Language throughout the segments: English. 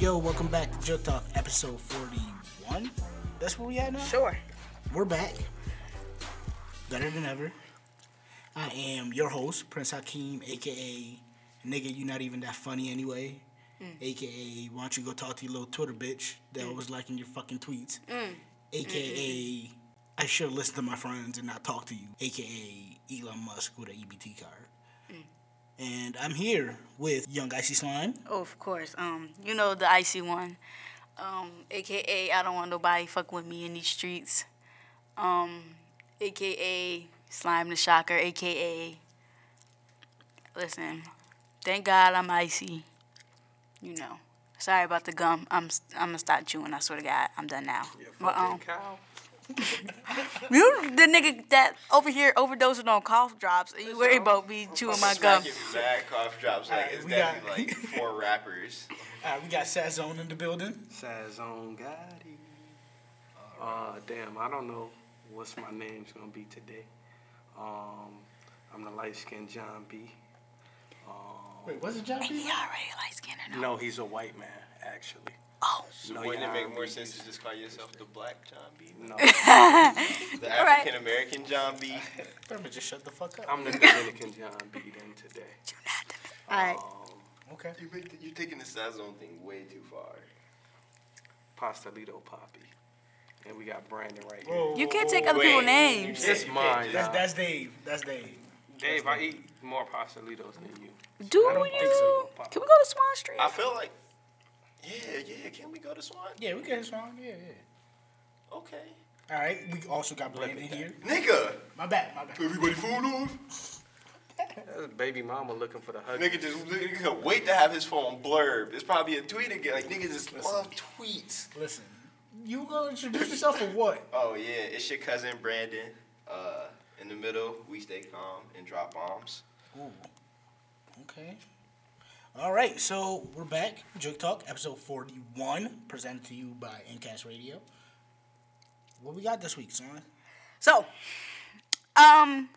Yo, welcome back to Jerked Off, episode 41. That's where we at now? Sure. We're back. Better than ever. I am your host, Prince Hakeem, aka Nigga, You Not Even That Funny Anyway. Mm. AKA, why don't you go talk to your little Twitter bitch that was liking your fucking tweets? AKA, I should listen to my friends and not talk to you. AKA, Elon Musk with an EBT card. Mm. And I'm here with Young Icy Slime. Oh, of course. Um, you know the icy one. Um, AKA I don't want nobody fuck with me in these streets. Um, AKA Slime the Shocker. AKA Listen, thank God I'm icy. You know. Sorry about the gum. I'm I'm gonna stop chewing. I swear to God, I'm done now. But, um, cow. you the nigga that over here overdosing on cough drops, and you worry about me chewing my gum. Give me mad cough drops. Like, Alright, it's we definitely got- like four rappers. All right, we got Sazone in the building. Sazon Gotti. Uh, damn, I don't know what's my name's gonna be today. Um, I'm the light skinned John B. Um, Wait, what's the job? He already light skinned or no? no, he's a white man, actually. Oh. So No, wouldn't it yeah, make more we- sense to just call yourself the Black John B? No, The right. African American John B? Thurman, just shut the fuck up. I'm the Dominican John B. Then today. Do not do All right. Um, Okay. You make the- You're taking the Sazone thing way too far. Pastelito Poppy, and we got Brandon right here. Whoa. You can't take other Wait, people's you names. said It's you can't mine, just- nah. That's, that's Dave. That's Dave. Dave, I eat more pastelitos than you. Do I don't you? think so. Can we go to Swan Street? I feel like, yeah, yeah. Can we go to Swan? Yeah, we got his wrong. Yeah, yeah. Okay. All right. We also got Brandon here. Nigga, My bad. My bad. everybody phone off. That's baby mama looking for the hug. Nigga just nigga could wait to have his phone blurb. It's probably a tweet again. Like niggas just love tweets. Listen, you gonna introduce yourself or what? Oh yeah, it's your cousin Brandon. Uh, in the middle, we stay calm and drop bombs. Ooh. Okay. All right. So we're back. Joke Talk, episode forty-one, presented to you by Incast Radio. What we got this week, son? So, um,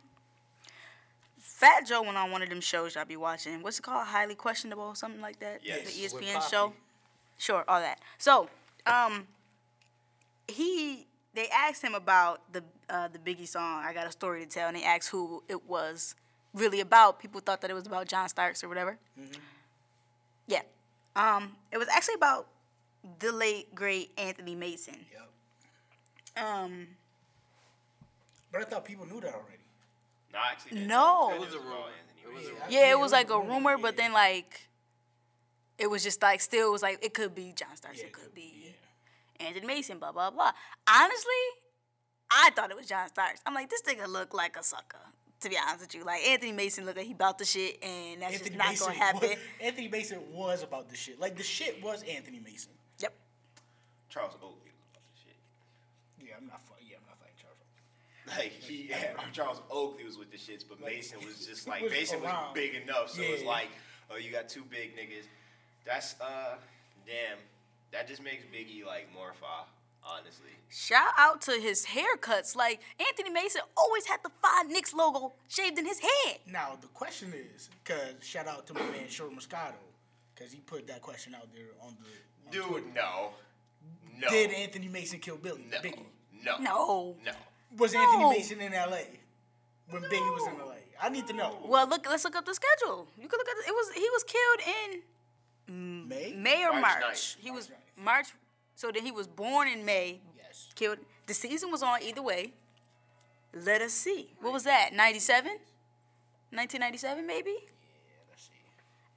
Fat Joe went on one of them shows y'all be watching. What's it called? Highly questionable, something like that. Yes. The E With ESPN Poppy. show. Sure, all that. So, um, he they asked him about the uh, the Biggie song. I got a story to tell, and they asked who it was really about. People thought that it was about John Starks or whatever. Mm-hmm. Yeah. Um, it was actually about the late great Anthony Mason. Yep. Um, But I thought people knew that already. No, I actually, didn't. No. It was a rumor. It was a rumor. Yeah, it was like a rumor, but then like it was just like still it was like it could be John Starks, Yeah, it could yeah. be Anthony Mason, blah blah blah. Honestly, I thought it was John Starks. I'm like, this nigga look like a sucker. To be honest with you, like Anthony Mason look like he bout the shit, and that's Anthony just not Mason gonna happen. Was, Anthony Mason was about the shit. Like the shit was Anthony Mason. Yep. Charles Oakley was about this shit. Yeah, I'm not. fu- Yeah, I'm not fighting Charles. Like he, Charles Oakley was with the shits, but Mason was just like was Mason was around. big enough, so it's Yeah. like, oh, you got two big niggas. That's uh, damn. That just makes Biggie like more fa, honestly. Shout out to his haircuts. Like Anthony Mason always had the five Knicks logo shaved in his head. Now the question is, cause shout out to my man Short Moscato, cause he put that question out there on the. on Twitter. Dude, no, no, Did Anthony Mason kill Billy? no, Biggie. no, No. no. Was No. Anthony Mason in L.A. when Biggie was in L.A.? I need to know. Well, look, let's look up the schedule. You can look at the, it was he was killed in May. May or March. March ninth. He was ninth. March. So then he was born in May. Yes. Killed. The season was on either way. Let us see. What was that? 97? 1997 maybe? Let's see.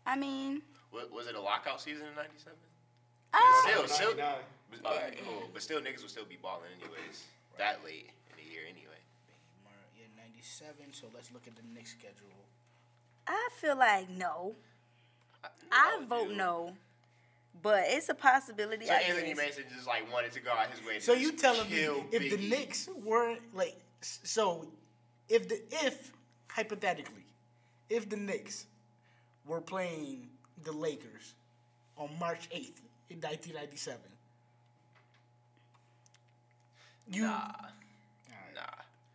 I mean, Wa- Was it a lockout season in '97? uh, Still, still, 99. but- all right, cool. But still, niggas would still be balling anyways. That late in the year, anyway. Mar- Yeah, '97. So let's look at the next schedule. I feel like no. I No, vote dude. no. But it's a possibility. So I Anthony guess. Mason just like wanted to go out his way. To So just you telling me kill if Biggie. the Knicks weren't like s- so if the if hypothetically if the Knicks were playing the Lakers on March 8th in 1997 you nah, nah.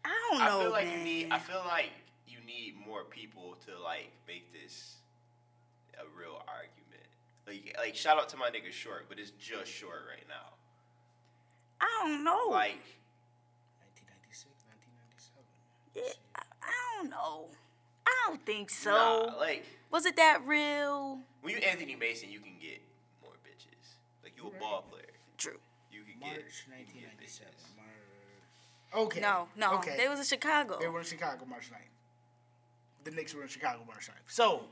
I don't I know. feel like man. you need. I feel like you need more people to like make this a real argument. Like, like shout out to my nigga Short, but it's just Short right now. I don't know. Like, 1996, 1997. Yeah, I, I don't know. I don't think so. nah, like Was it that real? when you Anthony Mason, you can get more bitches. Like you a ball player, True. you can get March you can get bitches. 1997. Mar- okay. No, no. Okay. They was in Chicago. They were in Chicago March 9th. The Knicks were in Chicago March 9th. So,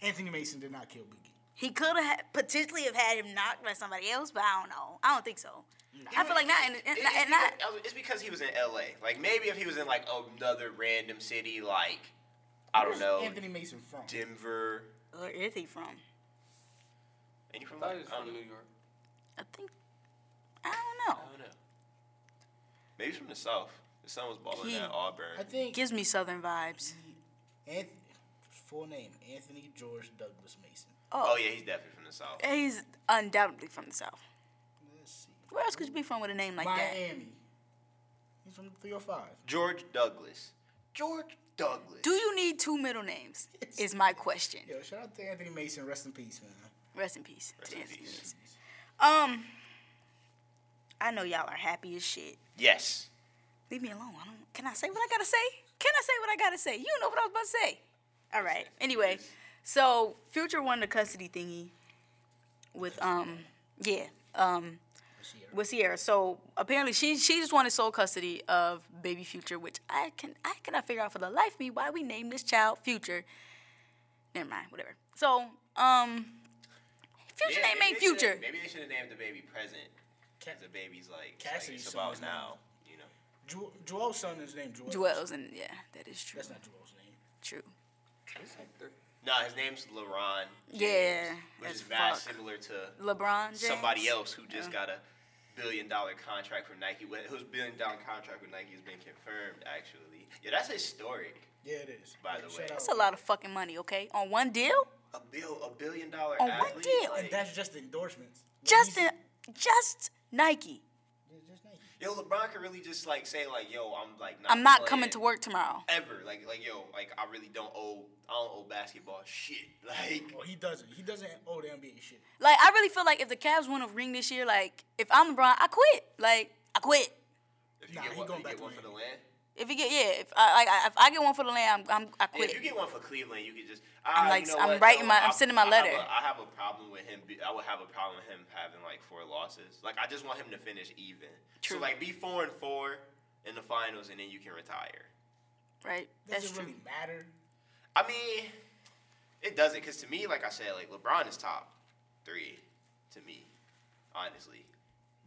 Anthony Mason did not kill Biggie. he could have potentially have had him knocked by somebody else, but I don't know. I don't think so. I feel like not in, in, It- not, it's, in- not. because, it's because he was in L.A. Like maybe if he was in like another random city, like I don't Where's know, Anthony Mason from. Denver. Where is he from? And you from I like thought he I don't was from know. New York. I think. I don't know. I don't know. Maybe he's from the South. His son was balling He- at Auburn. I think Gives me southern vibes. Anth- full name Anthony George Douglas Mason. oh yeah, he's definitely from the South. He's undoubtedly from the south. Let's see. Where else could you be from with a name like that? Miami. He's from 305. George Douglas. George Douglas. Do you need two middle names? Is my question. Yo, shout out to Anthony Mason. Rest in peace, man. Rest in peace. Rest to in Anthony peace. Mason. Um, I know y'all are happy as shit. Yes. Leave me alone. I don't. Can I say what I gotta say? Can I say what I gotta say? You know what I was about to say. All right. Anyway, so Future won the custody thingy with um yeah um with Sierra. So apparently she she just wanted sole custody of baby Future, which I can I cannot figure out for the life of me why we named this child Future. Never mind. Whatever. So um. Future Yeah, name maybe ain't they should've- Future. Maybe they should have named the baby Present. Because the baby's like, Cassidy's like, it's son about is named- now. You know. Ju- Joel's son is named Joel. Duels and yeah, that is true. That's not Joel's name. true. It's like they're- No, his name's LeRon. James, Yeah, Which as is vast fuck. similar to LeBron James. somebody else who just Yeah. got a billion dollar contract from Nike. Well, Whose billion dollar contract with Nike has been confirmed actually. Yeah, that's historic. Yeah, it is. By the Shout way. out. That's a lot of fucking money, okay? On one deal? A bill, a billion dollar On one athlete. deal. like- And that's just endorsements. Like, Just he's- in, just Nike. Yeah, just Nike. Yo, LeBron could really just like say like, yo, I'm like not. I'm not playing coming to work tomorrow. ever. Like like yo, like I really don't owe I don't owe basketball shit. Like Well, he doesn't. He doesn't owe the NBA shit. Like I really feel like if the Cavs win a ring this year, like if I'm LeBron, I quit. Like I quit. if you Nah, get he one, going you back get to one for the land. If you get yeah, if I like I- if I get one for the land, I'm, I'm I Yeah, quit. if you get one for Cleveland, you could just. Ah, like, you know I'm what? writing No, my- I'm I- sending my I have letter. a- I have a problem with him. be- I would have a problem with him having like four losses. Like I just want him to finish even. True. So like be four and four in the finals, and then you can retire. right? That's Doesn't true. really matter. I mean, it doesn't because to me, like I said, like LeBron is top three to me, honestly.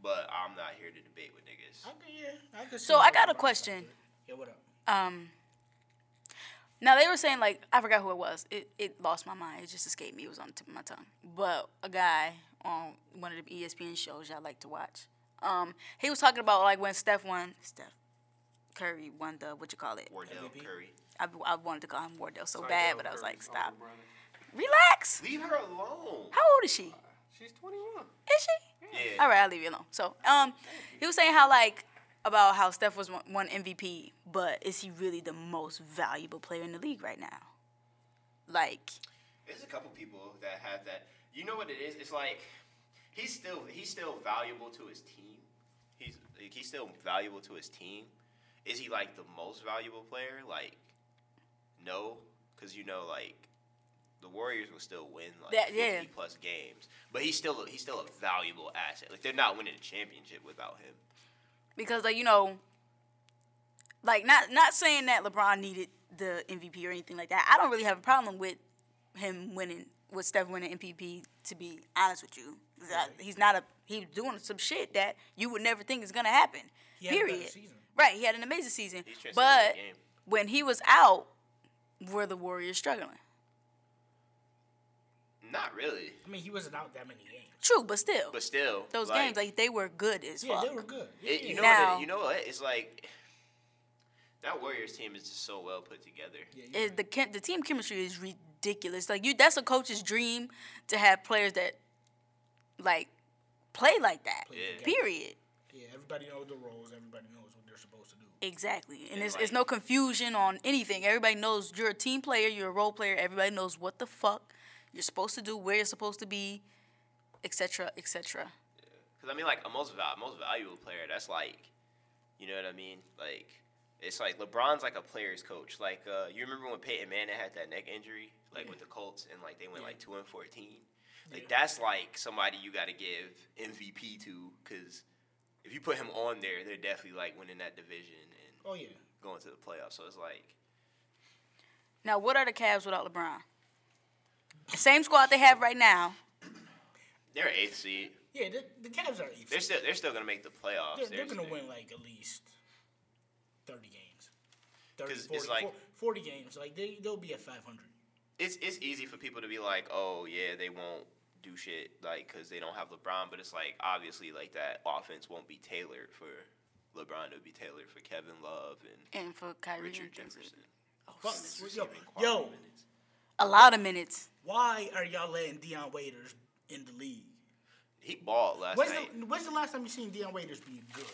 But I'm not here to debate with niggas. I could, yeah, I could So I got a question. Yeah, what up? Um. Now they were saying like I forgot who it was. It it lost my mind. It just escaped me. It was on the tip of my tongue. But a guy on one of the E ESPN shows y'all like to watch. Um, he was talking about like when Steph won Steph Curry won the what you call it. Wardell MVP? Curry. I, I wanted to call him Wardell so like bad, Dale but I was Curry's like, older stop. brother. Relax. Leave her alone. How old is she? She's 21. Is she? Yeah. All right, I'll leave you alone. So, um, he was saying how like about how Steph was one one MVP, but is he really the most valuable player in the league right now? Like, There's a couple people that have that. You know what it is? It's like he's still he's still valuable to his team. He's like, he's still valuable to his team. Is he like the most valuable player? Like no, because you know like the Warriors will still win like That- 50 yeah. plus games, but he's still a, he's still a valuable asset. Like they're not winning a championship without him. because like you know, like not not saying that LeBron needed the MVP or anything like that. I don't really have a problem with him winning with Steph winning MVP. To be honest with you, That- he's not a he's doing some shit that you would never think is gonna happen. He had a better period. season. Right, he had an amazing season, He's transcended but the game. when he was out, were the Warriors struggling? Not really, I mean, he wasn't out that many games. True, but still, but still those games like they were good as Yeah, fuck. they were good. Yeah, It, you know Now- what? It, you know what? It's like that Warriors team is just so well put together. yeah, you- It, the chem- the team chemistry is ridiculous. Like you, that's a coach's dream to have players that like play like that. Yeah. Period. yeah, everybody knows the roles. Everybody knows what they're supposed to do. Exactly, and And, it's, like- it's no confusion on anything. Everybody knows you're a team player, you're a role player. Everybody knows what the fuck you're supposed to do, where you're supposed to be, etc., etc. Because I mean, like a most val- most valuable player, that's like, you know what I mean? Like, it's like LeBron's like a player's coach. Like, uh, you remember when Peyton Manning had that neck injury, like with the Colts, and like they went like two and fourteen. Like that's like somebody you got to give MVP to, because if you put him on there, they're definitely like winning that division and Oh yeah. going to the playoffs. So it's like, Now, what are the Cavs without LeBron? Same squad they have right now. They're eighth seed. Yeah, the, the Cavs are eighth. They're still they're still gonna make the playoffs. They're, they're There's- gonna win like at least thirty games. 30, 'Cause it's 40, like- four- 40 games. Like they they'll be at five hundred. It's it's easy for people to be like, oh yeah, they won't do shit like because they don't have LeBron. But it's like obviously like that offense won't be tailored for LeBron. It'll be tailored for Kevin Love and And for Kyrie Richard and things like- Jefferson. Fuck, It's just yo, giving quality yo, minutes. A lot of minutes. why are y'all letting Deion Waiters in the league? he balled last When's night. the, when's the last time you seen Deion Waiters be good?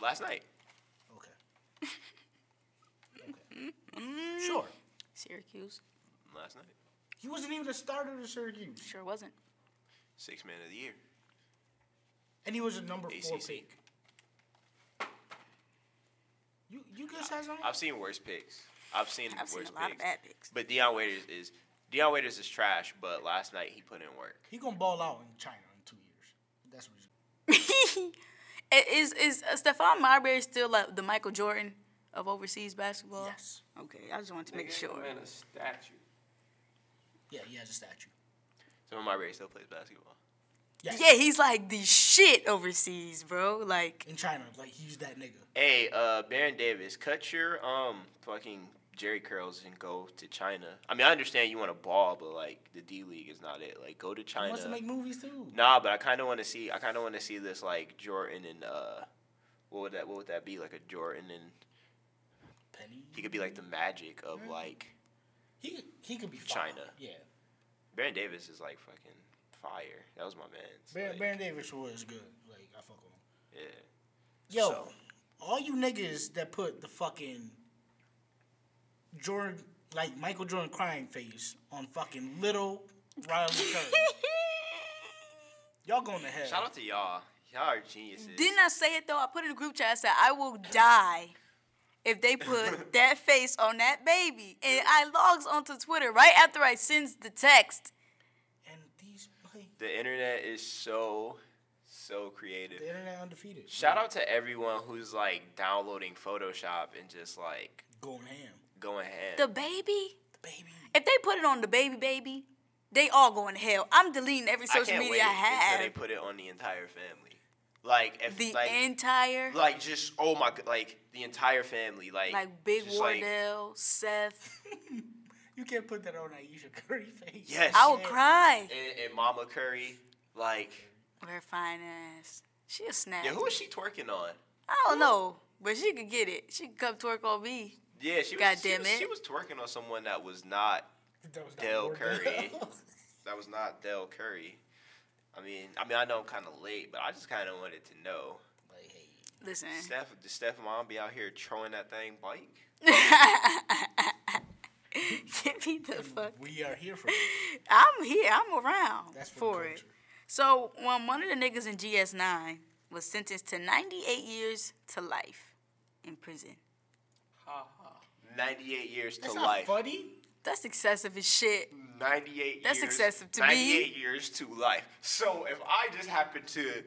Last night. Okay. okay. Sure. Syracuse Last night. He wasn't even a starter to Syracuse, sure wasn't. Six man of the year. and he was a number four ACC. pick. You you good, Saison? I've seen worse picks. I've seen I've worse seen a picks. lot of bad picks. But Deion Waiters is Deion Waiters is trash. But last night he put in work. He gonna ball out in China in two years. That's what he's. It Is is uh, Stephon Marbury still like the Michael Jordan of overseas basketball? Yes. Okay, I just wanted to make Nigga, sure. that Man, a statue. Yeah, he has a statue. So Marbury still plays basketball. Yes. Yeah, he's like the shit overseas, bro. Like In China, like he's that nigga. Hey, uh, Baron Davis, cut your um fucking Jerry curls and go to China. I mean, I understand you want to ball, but like the D League is not it. Like, go to He China. wants to make movies too. Nah, but I kind of want to see. I kind of want to see this like Jordan and uh, what would that? What would that be? Like a Jordan and Penny. he could be like the magic of Mm-hmm. like He he could be fine. China. Yeah. Baron Davis is like fucking fire. That was my man. Baron, Baron Davis was good. Like I fuck with him. Yeah. Yo, So- all you niggas that put the fucking Jordan, like Michael Jordan crying face on fucking little Riley Curry. Y'all going to hell. Shout out to y'all. Y'all are geniuses. Didn't I say it though? I put in a group chat. I said I will die if they put that face on that baby. And I logs onto Twitter right after I sends the text. and these, like, the internet is so so creative. the internet undefeated. Shout out to everyone who's like downloading Photoshop and just like Going ham. going ham. The baby. The baby. If they put it on the baby, baby, they all going to hell. I'm deleting every I social can't wait media I have. until they put it on the entire family. Like if the like, entire like, like just oh my god, like the entire family, like Big just, like, Wardell, Seth. You can't put that on Aisha Curry face. yes, I would cry. and, and Mama Curry, like Her fine ass. She a snap. yeah, who is she twerking on? I don't know, but she could get it. She could come twerk on me. Yeah, she was, God she damn was- it. she was twerking on someone that was not That was not Del Lord Curry. Del. that was not Del Curry. I mean, I mean, I know I'm kind of late, but I just kind of wanted to know. like, hey, Listen. Steph, did Steph mom be out here throwing that thing bike? Get me the fuck. we are here for you. I'm here. I'm around That's for, for the it. culture. So when one of the niggas in GS9 was sentenced to 98 years to life in prison. Ha ha. 98 years to That's not life. funny. That's excessive as shit. 98 That's years. excessive to me. 98 years to life. So if I just happen to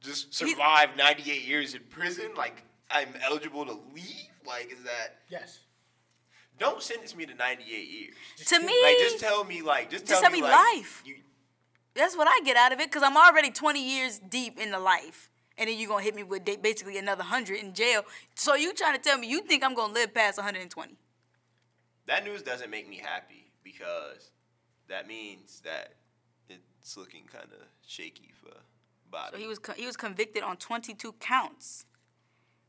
just survive 98 years in prison, like I'm eligible to leave? Like is that Yes. Don't sentence me to 98 years. To me, Like just tell me like just tell Just tell me me, like, life. You, that's what I get out of it because I'm already 20 years deep in the life. And then you're going to hit me with da- basically another 100 in jail. So you trying to tell me you think I'm going to live past 120? that news doesn't make me happy because that means that it's looking kind of shaky for Bobby. So he was co- he was convicted on 22 counts,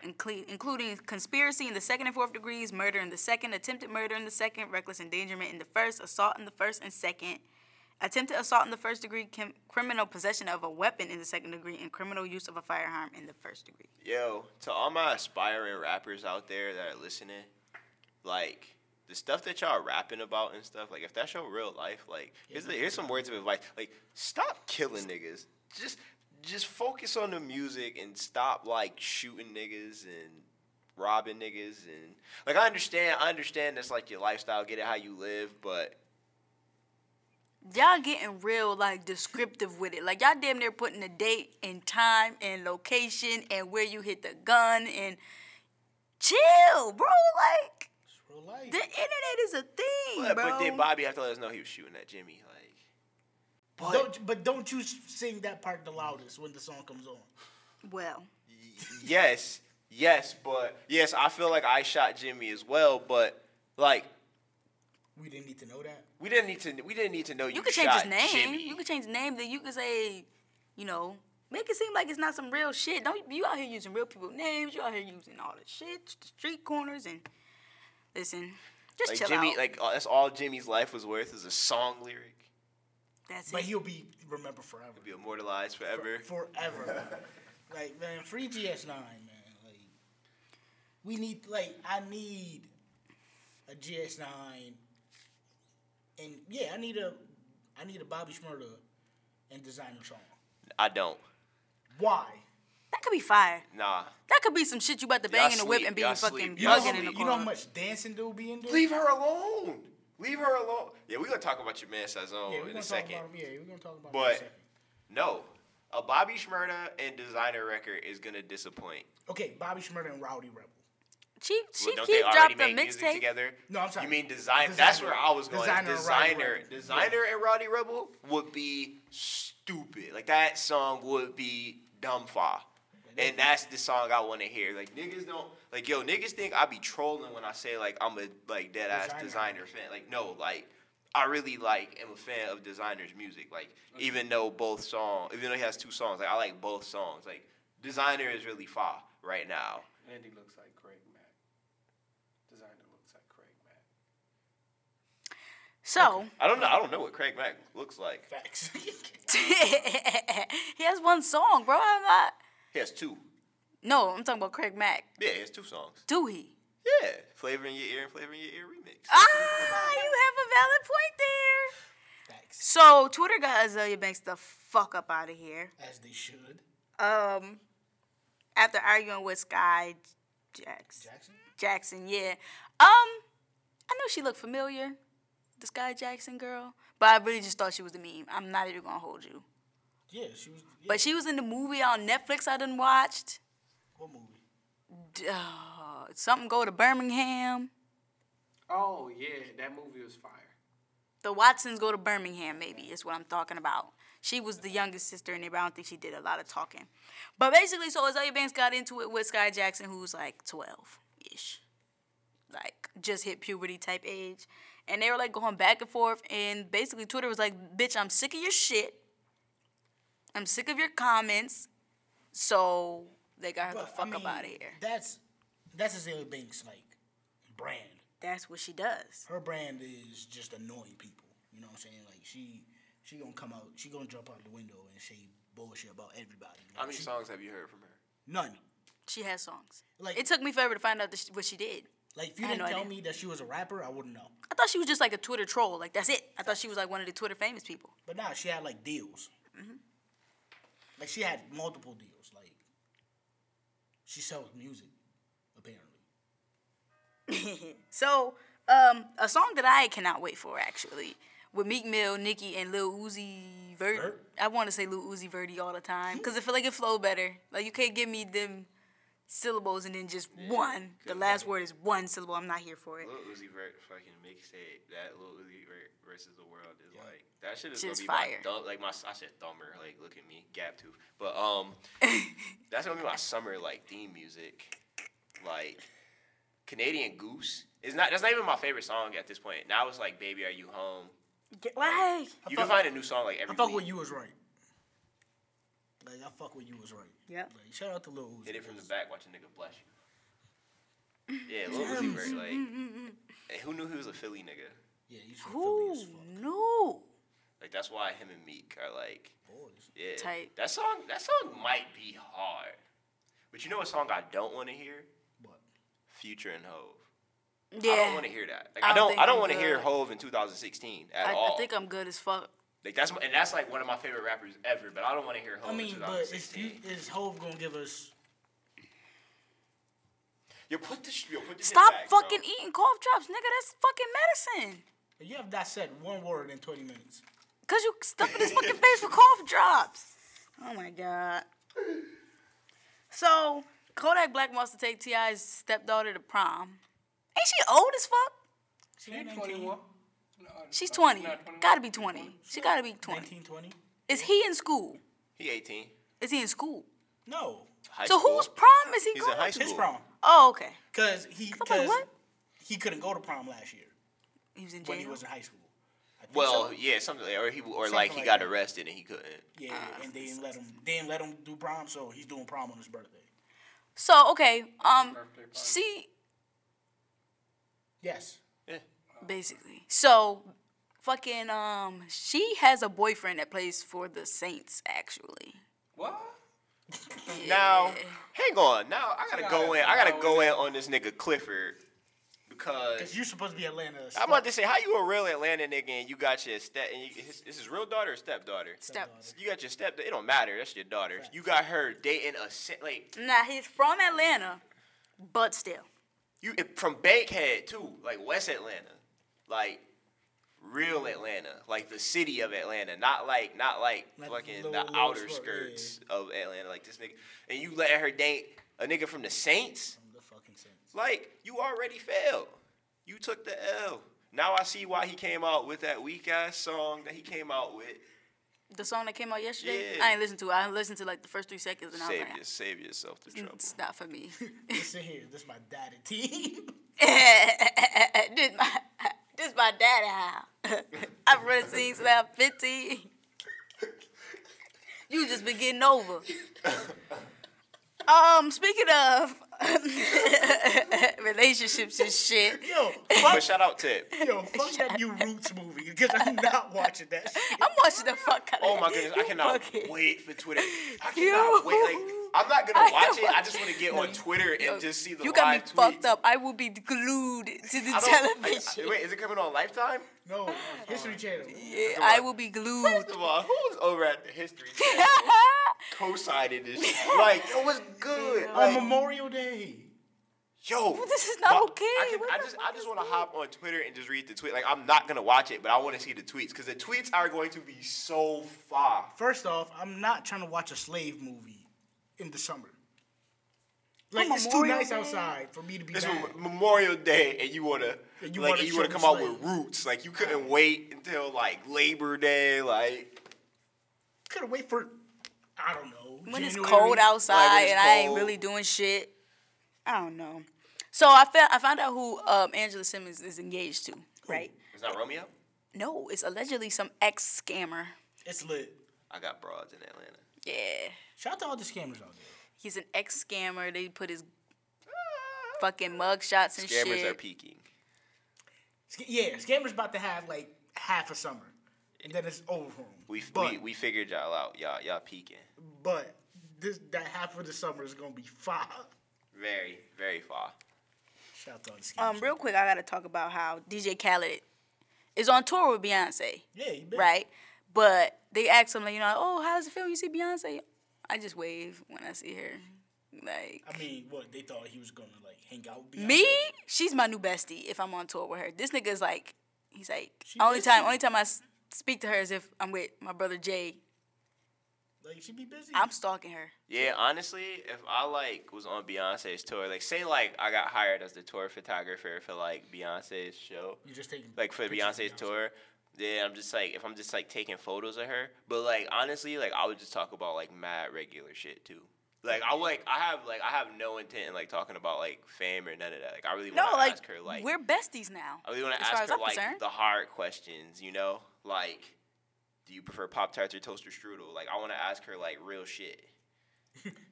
including including conspiracy in the second and fourth degrees, murder in the second, attempted murder in the second, reckless endangerment in the first, assault in the first and second, attempted assault in the first degree, chem- criminal possession of a weapon in the second degree, and criminal use of a firearm in the first degree. Yo, to all my aspiring rappers out there that are listening, like, the stuff that y'all rapping about and stuff, like if that's your real life, like here's, the, here's some words of advice. Like stop killing niggas. Just just focus on the music and stop like shooting niggas and robbing niggas and like I understand I understand that's like your lifestyle, get it how you live, but y'all getting real like descriptive with it. Like y'all damn near putting the date and time and location and where you hit the gun and chill, bro. Like It's real life. the internet is a thing, but, bro. but then Bobby had to let us know he was shooting at Jimmy, like but Don't, but don't you sing that part the loudest when the song comes on. well, yes, yes, but yes, I feel like I shot Jimmy as well, but like We didn't need to know that. we didn't need to we didn't need to know you, you could change his shot name. Jimmy. You could change his name. Then you could say, you know, make it seem like it's not some real shit. Don't you out here using real people names? You out here using all the shit, the street corners, and listen, just like chill Jimmy, out. like uh, that's all Jimmy's life was worth is a song lyric. That's But it. he'll be remembered forever. Be immortalized forever. Forever. like man, free GS9, man. Like we need like I need a GS9 and yeah, I need a I need a Bobby Shmurda and designer song. I don't. Why? that could be fire. Nah. That could be some shit you about to bang Y'all in the whip sleep, and be y'all fucking sleep, y'all bugging in sleep. the you know how car. much dancing do be in there? Leave her alone. Leave her alone. Yeah, we're gonna talk about your man Sazon yeah, we're in gonna a talk second. about him. Yeah, we're gonna talk about him in a But second. no. A Bobby Shmurda and designer record is gonna disappoint. Okay, Bobby Shmurda and Rowdy Rebel. Chief, Well, Chief don't they Keef already dropped the make music mixtape. together? No, I'm sorry. You mean design? Designer. That's where I was going. Designer Designer, and designer, Roddy Rebel. and Roddy Rebel would be stupid. Like that song would be dumb fa. And that's the song I want to hear. Like niggas don't like yo niggas think I be trolling when I say like I'm a like dead ass Designer. designer fan. Like no, like I really like am a fan of designers music. Like Mm-hmm. even though both song, even though he has two songs, like I like both songs. Like designer is really fa right now. Andy looks like Craig Mack. Designer looks like Craig Mack. So I don't know. I don't know what Craig Mack looks like. Facts. he has one song, bro. I'm not. He has two. No, I'm talking about Craig Mack. Yeah, he has two songs. Do he? Yeah, Flavor in Your Ear and Flavor in Your Ear remix. Ah, you have a valid point there. Facts. So Twitter got Azalea Banks the fuck up out of here. As they should. Um, after arguing with Sky Jackson, Jackson? Jackson, yeah. Um, I know she looked familiar, the Sky Jackson girl, but I really just thought she was a meme. I'm not even gonna hold you. Yeah, she was. Yeah, But she was in the movie on Netflix I done watched. what movie? Duh, something go to Birmingham. Oh yeah, that movie was fire. The Watsons go to Birmingham, maybe, is what I'm talking about. She was the youngest sister in there, but I don't think she did a lot of talking. But basically, so Azalea Banks got into it with Sky Jackson, who's like 12 ish. Like, just hit puberty type age. And they were like going back and forth. And basically, Twitter was like, bitch, I'm sick of your shit. I'm sick of your comments. So they got her the But, I fuck mean, up out of here. That's that's Azalea Banks' like brand. That's what she does. Her brand is just annoying people. You know what I'm saying? Like she she gonna come out. She gonna jump out the window and say bullshit about everybody. How Like, many she- songs have you heard from her? None. She has songs. Like- it took me forever to find out that she, what she did. Like if you I had didn't no tell idea. me that she was a rapper, I wouldn't know. I thought she was just like a Twitter troll. Like that's it. I thought she was like one of the Twitter famous people. But nah, she had like deals. Mm-hmm. Like she had multiple deals. Like she sells music, apparently. So, um, a song that I cannot wait for actually with Meek Mill, Nicki, and Lil Uzi Vert. Vert? I want to say Lil Uzi Verdi all the time because I feel like it flow better. Like you can't give me them syllables and then just one. The last word is one syllable. I'm not here for it. Lil Uzi Vert fucking mixtape. That Lil Uzi Vert versus the world is like that shit is Shit gonna is be fire. my thumb, like my I said thumber. Like look at me, gap tooth. But um, that's gonna be my summer like theme music. Like Canadian Goose is not. That's not even my favorite song at this point. Now it's like Baby Are You Home. Get- Why? You can find a new song like I every fuck week. with you was right. Like I fuck with you was right. Yep. Like shout out to Lil Uzi. Hit it from the That's- back, watch a nigga bless you. Yeah, Lil Uzi Vert, like, and who knew he was a Philly nigga? Yeah, he's from Philly Who as fuck. knew? Like, that's why him and Meek are like, Boys. yeah. Tight. That song, that song might be hard, but you know what song I don't want to hear? But Future and Hove. I Yeah. don't want to hear that. Like, I I don't don't. think I don't I'm want to hear good. Hove in 2016 at I, all. I think I'm good as fuck. like that's my- and that's like one of my favorite rappers ever. But I don't want to hear Hove I in mean, but if 2016. you, is Hove gonna give us? Yo, put this. Yo, put this. shit Stop back, bro. fucking eating cough drops, nigga. That's fucking medicine. You have not said one word in twenty minutes. Cause you stuffing his fucking face with cough drops. Oh my god. So Kodak Black wants to take Ti's stepdaughter to prom. Ain't she old as fuck? She ain't She's twenty. Gotta be twenty. She gotta be twenty. Nineteen twenty? Is he in school? He 18. Is he in school? No, High So school. whose prom is he He's in going? high to? school. his prom. Oh okay. Cause he, I'm like, cause what? he couldn't go to prom last year He was in when he jail. was in high school. I think Well, so. yeah, something or he or Something like he like got that. arrested and he couldn't. yeah, and they didn't let him. They didn't let him do prom, so he's doing prom on his birthday. So okay. Um, she Yes, Yeah. basically. So fucking um, she has a boyfriend that plays for the Saints actually. What? Now, hang on. Now I gotta Yeah, go in. that's I how gotta it go in on this nigga Clifford because because you're supposed to be Atlanta. I'm about to say how you a real Atlanta nigga and you got your step and you, his, this is real daughter or stepdaughter. Step. You got your step. It don't matter. That's your daughter. You got her dating a sa- like Nah, he's from Atlanta, but still. you from Bankhead too, like West Atlanta, like real Atlanta, like the city of Atlanta, not like not like, Like fucking little- the little outer spot, skirts of Atlanta, like this nigga. And you let her date a nigga from the Saints? the fucking sense. Like you already failed. You took the L. Now I see why he came out with that weak ass song that he came out with. The song that came out yesterday, Yeah. I ain't listened to. it. I listened to like the first three seconds, and I was Save, like, your, save yourself the trouble. "It's not for me." Listen here, this my daddy team. this my this my daddy house. I've run scenes since I'm 15. You just been getting over. Um, speaking of relationships and shit, yo, But fuck, shout out Tip. yo, fuck that new Roots movie because I'm not watching that. Shit. I'm watching the fuck out of Oh my that. goodness, I cannot Fucking- wait for Twitter. I cannot Yo. wait. Like, I'm not gonna I watch it. watch I just want to get on Twitter and just see the Uh, You got me live fucked tweets. up. I will be glued to the I don't- I- television. I- wait, is it coming on Lifetime? No, History Channel. Yeah, I will be glued. First of all, who's over at the History Channel co-signing this? shit? Like, it was good. On Like, Memorial Day. Yo, this is not but okay. I, can- What I the just, fuck I is just want to hop on Twitter and just read the tweet. Like, I'm not gonna watch it, but I want to see the tweets because the tweets are going to be so far. First off, I'm not trying to watch a slave movie in the summer. Like On it's too Memorial nice Day? outside for me to be It's mad. Mem- Memorial Day, and you wanna And you like wanna and you wanna show come out them with roots. Like you couldn't wait until like Labor Day, like Could have wait for, I don't know. When it's January. cold outside it's and I ain't cold. really doing shit, I don't know. So I found I found out who um, Angela Simmons is engaged to. Right? it's not Romeo. No, it's allegedly some ex scammer. It's lit. I got broads in Atlanta. Yeah, Shout out to all the scammers out there. he's an ex scammer. They put his fucking mug shots and Scammers shit. are peaking. Sc- yeah, scammers about to have like half a summer, and then it's over for 'em. We, but, we we figured y'all out. Y'all y'all peaking. but this that half of the summer is gonna be fire. Very very far. Shout out to all the scammers. um, real quick, I gotta talk about how DJ Khaled is on tour with Beyonce. yeah, you bet. right? But they asked him, like, you know, oh, how does it feel when you see Beyonce? I just wave when I see her. Like, I mean, what they thought he was gonna like hang out. With Beyonce. me, she's my new bestie if I'm on tour with her. This nigga is like, he's like, She only busy. time, only time I s- speak to her is if I'm with my brother Jay. like she be busy. I'm stalking her. Yeah, honestly, if I like was on Beyonce's tour, like say like I got hired as the tour photographer for like Beyonce's show. you just taking like for pictures of Beyonce's tour. Yeah, I'm just like if I'm just like taking photos of her, but like honestly, like I would just talk about like mad regular shit too. Like I like I have like I have no intent in like talking about like fame or none of that. Like I really No, want to like, ask her like we're besties now. I really want to as far ask as her I'm like concerned. the hard questions, you know, like do you prefer pop tarts or toaster strudel? Like I want to ask her like real shit.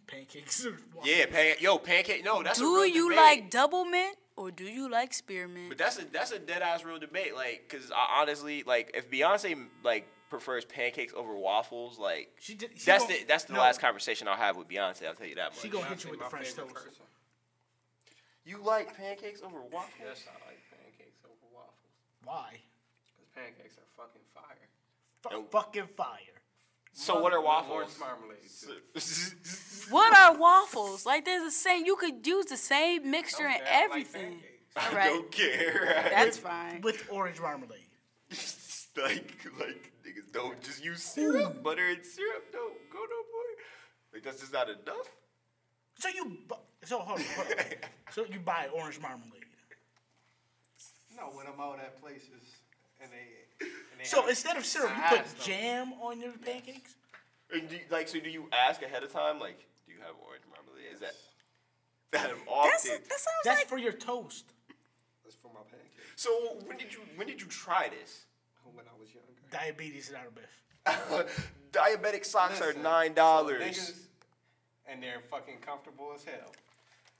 pancakes. or waffles. Yeah, pan- yo pancake. No, that's a Do real you debate. like double mint or do you like spearmint? But that's a that's a dead ass real debate. Like, cause I honestly, like, if Beyonce like prefers pancakes over waffles, like, She did- she that's gon- the that's the no. last conversation I'll have with Beyonce. I'll tell you that much. She gonna hit you with the My French favorite toast. person. You like pancakes over waffles? Yes, I like pancakes over waffles. Why? Because pancakes are fucking fire. F- Nope. Fucking fire. So what are waffles? Orange marmalade. Too. What are waffles? Like there's the same. You could use the same mixture Okay, in I like everything. pancakes. All I right, don't care. that's fine. With orange marmalade. like, like niggas don't just use syrup, butter and syrup. Don't go no more. Like that's just not enough. So you. Bu- so hold on, hold on. so you buy orange marmalade. No, when I'm out at places and they. And they So have- instead of syrup, I you asked put them. jam on your pancakes. And do you, like, so do you ask ahead of time? Like, do you have orange marmalade? Is that that often? That's, that sounds That's like for your toast. That's for my pancakes so when did you when did you try this? when I was younger. Diabetes is not a myth. Diabetic socks are Listen, nine so dollars. niggas- And they're fucking comfortable as hell.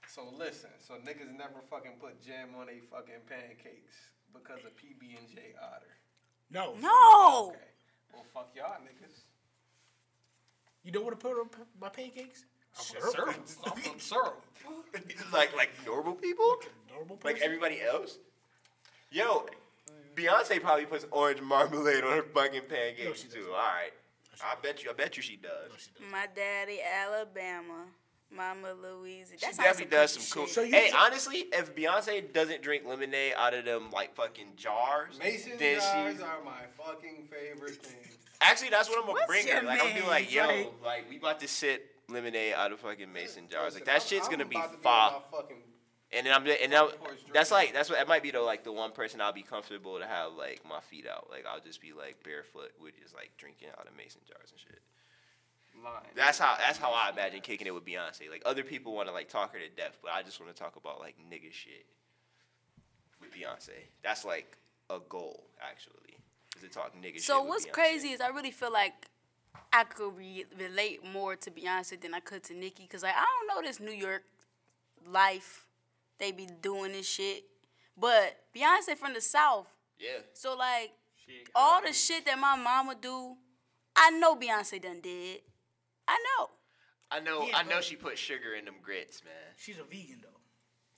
So listen, so niggas never fucking put jam on they fucking pancakes because of PB and J Otter. No. no. Okay. Well, fuck y'all niggas. You don't want to put on p- my pancakes? Syrup. I'm from syrup. like like normal people, Normal like person. everybody else. Yo, Beyonce probably puts orange marmalade on her fucking pancakes she too. doesn't. All right, I bet you. I bet you she does. My daddy Alabama, Mama Louisiana. She definitely does some cool. So you hey, t- honestly, if Beyonce doesn't drink lemonade out of them like fucking jars, Mason then jars she are my fucking favorite thing. actually that's what I'm gonna What's bring her. your Like I'm gonna be like, man's yo, like, like- we about to sip lemonade out of fucking mason jars. Like Listen, that I'm- shit's I'm gonna be about to on fire. my fucking And then I'm just, and that, Fucking horse drinking. that's like that's what that might be though like the one person I'll be comfortable to have like my feet out like I'll just be like barefoot with just like drinking out of mason jars and shit. line. That's how that's how I imagine kicking it with Beyonce. Like other people want to like talk her to death, but I just want to talk about like nigga shit with Beyonce. That's like a goal actually is to talk nigga shit. So with what's Beyonce. crazy is I really feel like I could re- relate more to Beyonce than I could to Nicki because like I don't know this New York life they be doing this shit, but Beyonce from the South, Yeah. so like She- all the shit that my mama do, I know Beyonce done did. I know, I know. Yeah, I know but- she put sugar in them grits, man. She's a vegan though.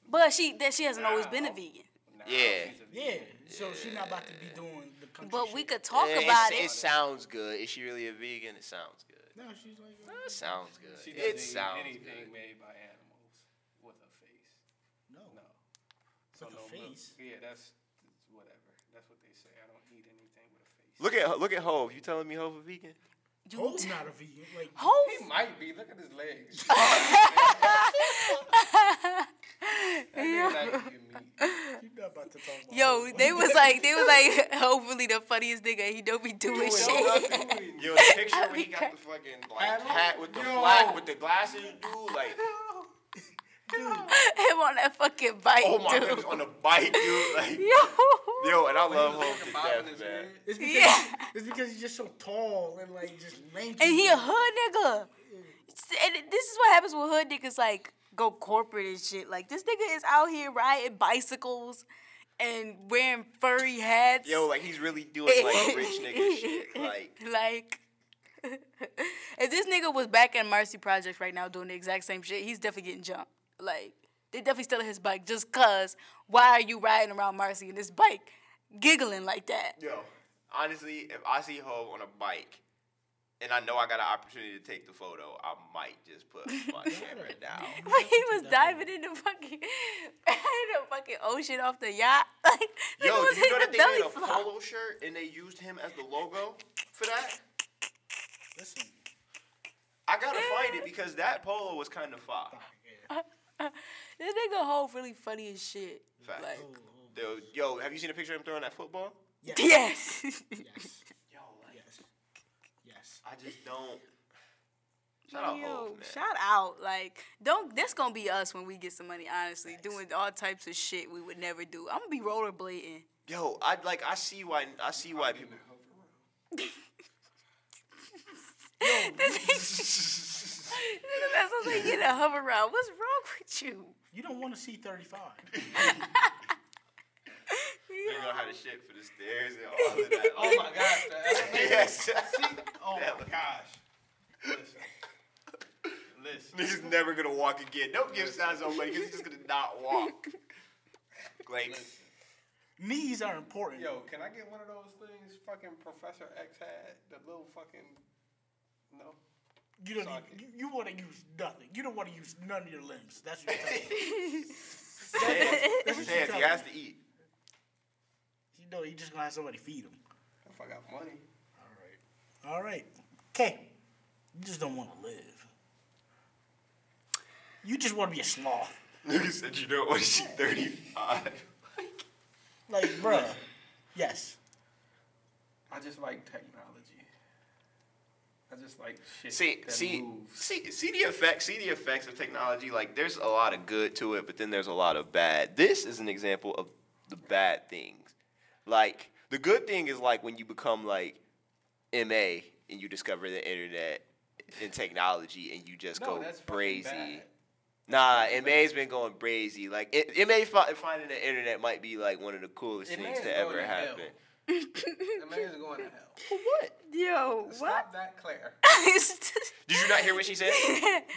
but she that she hasn't always been a vegan. Nah, Yeah. she's a Yeah. So she's not about to be doing the country. But we shit. could talk Yeah, it's- about it. It sounds good. Is she really a vegan? It sounds good. No, she's like. uh, That sounds good. She doesn't it eat sounds anything good. made by animals with a face. No. No. With a no milk. face? Yeah, that's that's whatever. That's what they say. I don't eat anything with a face. Look at look at Hove. You telling me Hove a vegan? You Hope's t- not a vegan. Like he Hov- might be. Look at his legs. That nigga not eating meat. she's not about to talk about. Yo, they was like, they was like, hopefully the funniest nigga. He don't be doing shit. Yo, the picture when he got the fucking like Adam? hat with the Yo. flat with the glasses, dude. Like, him on that fucking bike, oh my dude. goodness, on the bike, dude. Like, Yo. yo, and I love Look Hove at to Bob in death, his man. head. It's because, Yeah. it's because he's just so tall and like just lanky. And he a hood nigga. And this is what happens when hood niggas like go corporate and shit. Like this nigga is out here riding bicycles and wearing furry hats. Yo, like he's really doing like rich nigga shit. Like, like if this nigga was back at Marcy Projects right now doing the exact same shit, he's definitely getting jumped. Like they definitely stealing his bike just cause why are you riding around Marcy in this bike giggling like that? yo, honestly, if I see Hove on a bike. And I know I got an opportunity to take the photo. I might just put my camera down. When he was diving in the fucking in the fucking ocean off the yacht, like Yo, nigga was do you know hitting that the they made belly a flop. polo shirt and they used him as the logo for that? Listen, I gotta find it because that polo was kind of fire. yeah. This nigga whole really funny as shit. Facts. Like, Oh, oh, Dude, yo, have you seen a picture of him throwing that football? yes, yes. yes, Yo, like, yes, yes. I just don't. Shout out, Yo, Hov, man. shout out. Like, don't this gonna be us when we get some money, honestly. Doing all types of shit we would never do. I'm gonna be rollerblading. yo, I like, I see why, I see why people. Nigga, that's what they get a hover around. What's wrong with you? You don't want to see thirty-five. They know how to shit for the stairs and all of that. Oh my gosh. the elevator. yes. Oh my gosh. Listen. Listen. this. Nigga's never gonna walk again. Don't give signs on money because he's just gonna not walk. Like, Knees are important. Yo, can I get one of those things fucking Professor X had? The little fucking. No? you don't. socket. You, you want to use nothing. You don't want to use none of your limbs. That's what you're telling me. Chance, Chance, he has to eat. You know, you just gonna have somebody feed him. If I got money. All right. All right. Okay. You just don't want to live. You just want to be a sloth. Nigga said, you know what? She's 35. Like, bruh. Yes. I just like technology. I just like shit See, that see, moves. see, see the effects. See the effects of technology. Like, there's a lot of good to it, but then there's a lot of bad. This is an example of the bad things. Like, the good thing is like when you become like MA and you discover the internet and technology, and you just No, go that's fucking crazy. bad. Nah, MA's been going brazy. Like it, MA fi- finding the internet might be like one of the coolest MA things is to ever going to hell. happen. The man's going to hell. For what? Yo, what? Stop that, Claire. Did you not hear what she said?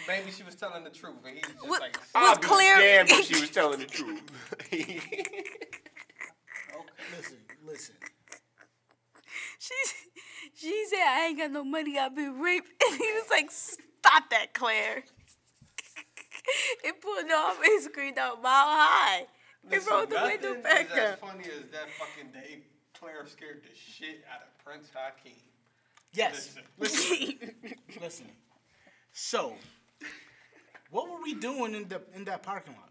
Maybe she was telling the truth, and he's just What- like, what- I'll be clear- damned if she was telling the truth. okay. Listen. Listen. she, she said, I ain't got no money, I've been raped. And he was like, Stop that, Claire. it pulled off and screamed out mile high. it Listen, rolled the nothing window is back as up. funny as that fucking day Claire scared the shit out of Prince Hakeem. Yes. Listen, Listen. So, what were we doing in the in that parking lot?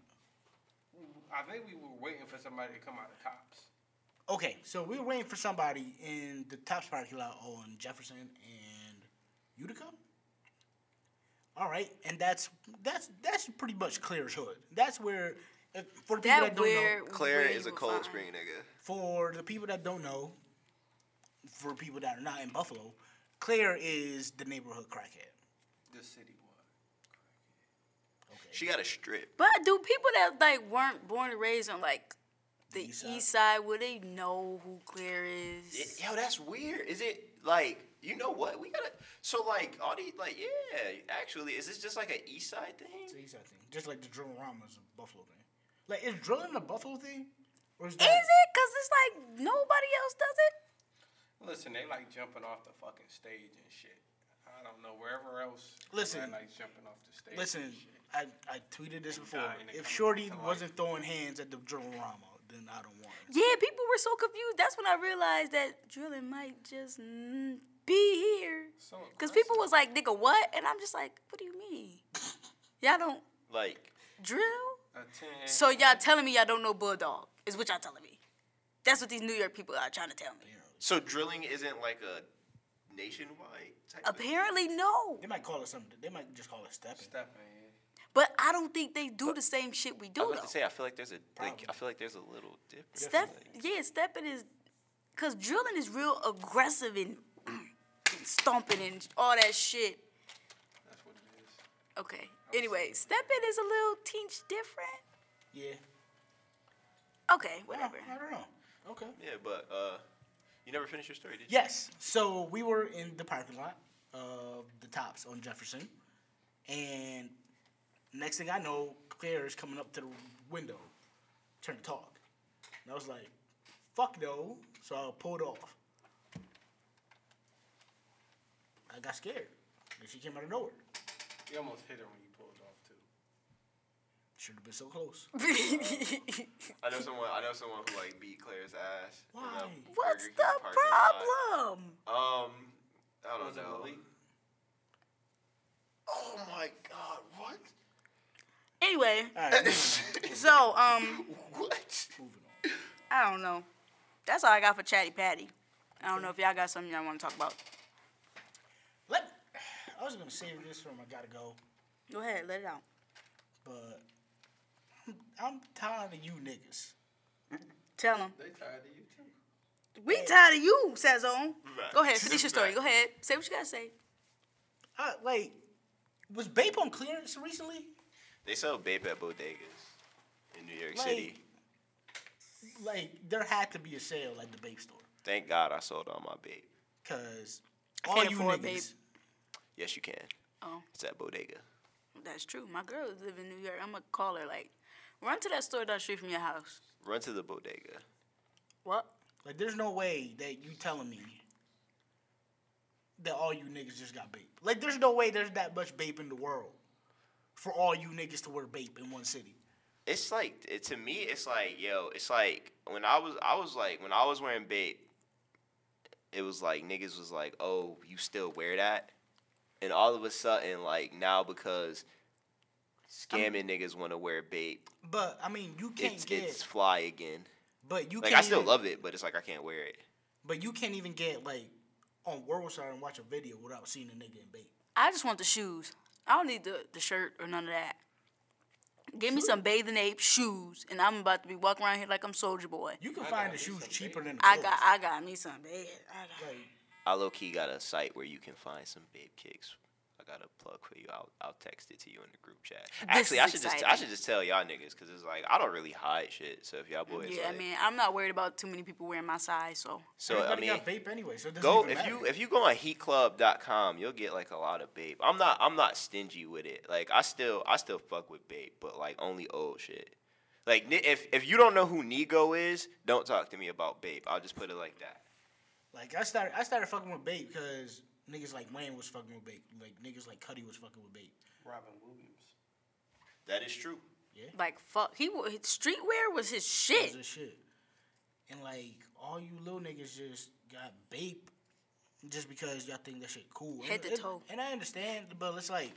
I think we were waiting for somebody to come out of cops. Okay, so we were waiting for somebody in the Tops parking lot on Jefferson and Utica. All right, and that's that's that's pretty much Claire's hood. That's where, uh, for the people that, That don't weird. know, Claire way is a you cold find- spring nigga. for the people that don't know, for people that are not in Buffalo, Claire is the neighborhood crackhead. The city was. She got a strip. But do people that like weren't born and raised on like the East east side. side, would they know who Claire is? It- yo, that's weird. Is it like you know what we gotta? So like all these like yeah, actually, is this just like an East Side thing? East Side thing, just like the drill Rama is a Buffalo thing. Like, is drilling a Buffalo thing, or is Is that? it? Cause it's like nobody else does it. Listen, they like jumping off the fucking stage and shit. I don't know wherever else. Listen. they like jumping off the stage. Listen, and shit. I, I tweeted this before. dying to If come Shorty to life. wasn't throwing hands at the Drone Rama, then I don't want it. Yeah, people were so confused. That's when I realized that drilling might just n- be here. So Cause people was like, "Nigga, what?" And I'm just like, "What do you mean? Y'all don't Like drill?" a ten. So y'all telling me y'all don't know Bulldog is what y'all telling me. That's what these New York people are trying to tell me. so drilling isn't like a nationwide type. of thing? Apparently, no. They might call it something. They might just call it stepping. stepping. yeah. But I don't think they do the same shit we do I though. was about to say I feel like there's a like, I Probably. feel like there's a little difference. Step, yeah, stepping is, cause drilling is real aggressive and stomping and all that shit. That's what it is. Okay. Anyway, stepping is a little teach different. Yeah. Okay, I, whatever. I don't know. Okay. Yeah, but uh, you never finished your story, did you? Yes. So we were in the parking lot of the Tops on Jefferson, and next thing I know, Claire is coming up to the window, trying to talk, and I was like, "Fuck no!" So I pulled off. I got scared, and she came out of nowhere. You almost hit her when you pulled off too. Should have been so close. I know someone. I know someone who like beat Claire's ass. in a Why? Burger What's King the parking lot. problem? Um, I don't Was it know. Malik? Oh my god, what? Anyway, All right. so um, What? I don't know. That's all I got for Chatty Patty. I don't know if y'all got something y'all want to talk about. Let, I was gonna save this from I gotta go, Go ahead, let it out. but I'm, I'm tired of you niggas. Tell them. They tired of you too. We tired of you, Sazon. Right. Go ahead, finish your story. Right. Go ahead. Say what you gotta say. I, like, was Bape on clearance recently? They sell babe at bodegas in New York Like- City. Like, there had to be a sale at the Bape store, Thank God I sold all my babe. cause can't all you afford niggas. Bape. Yes, you can. Oh, It's at bodega. that's true. My girl live in New York. I'm gonna call her like, run to that store down the street from your house. Run to the bodega. What? Like, there's no way that you telling me that all you niggas just got bape. Like, there's no way there's that much bape in the world for all you niggas to wear bape in one city. It's like it, to me, it's like yo, it's like when I was I was like when I was wearing babe, it was like niggas was like, oh, you still wear that, and all of a sudden like now because scamming niggas want to wear babe, But I mean, you can't it's get. it's fly again. but you Like can't I still even- love it, but it's like I can't wear it. But you can't even get like on Worldstar and watch a video without seeing a nigga in bape. I just want the shoes. I don't need the, the shirt or none of that. Give me some bathing ape shoes, and I'm about to be walking around here like I'm Soldier Boy. You can find the shoes cheaper than the I clothes. got I got me some bad. I got, Like, I low key got a site where you can find some babe kicks. I got a plug for you. I'll, I'll text it to you in the group chat. Actually, is I should just I exciting. should just tell y'all niggas because it's like I don't really hide shit. So if y'all boys yeah, like, I mean I'm not worried about too many people wearing my size, so so I everybody mean got bape anyway, so it doesn't go even if matter. you if you go on heatclub.com you'll get like a lot of babe. I'm not I'm not stingy with it. Like I still I still fuck with babe, but like only old shit. Like ni- if if you don't know who Nigo is, don't talk to me about babe. I'll just put it like that. Like I started, I started fucking with Bape because niggas like Wayne was fucking with Bape, like niggas like Cuddy was fucking with Bape. Robin Williams. That is true. like fuck. He wa- his streetwear was his That shit. was his shit. And like all you little niggas just got Bape just because y'all think that shit cool. Head And- to and- toe. And I understand, but it's like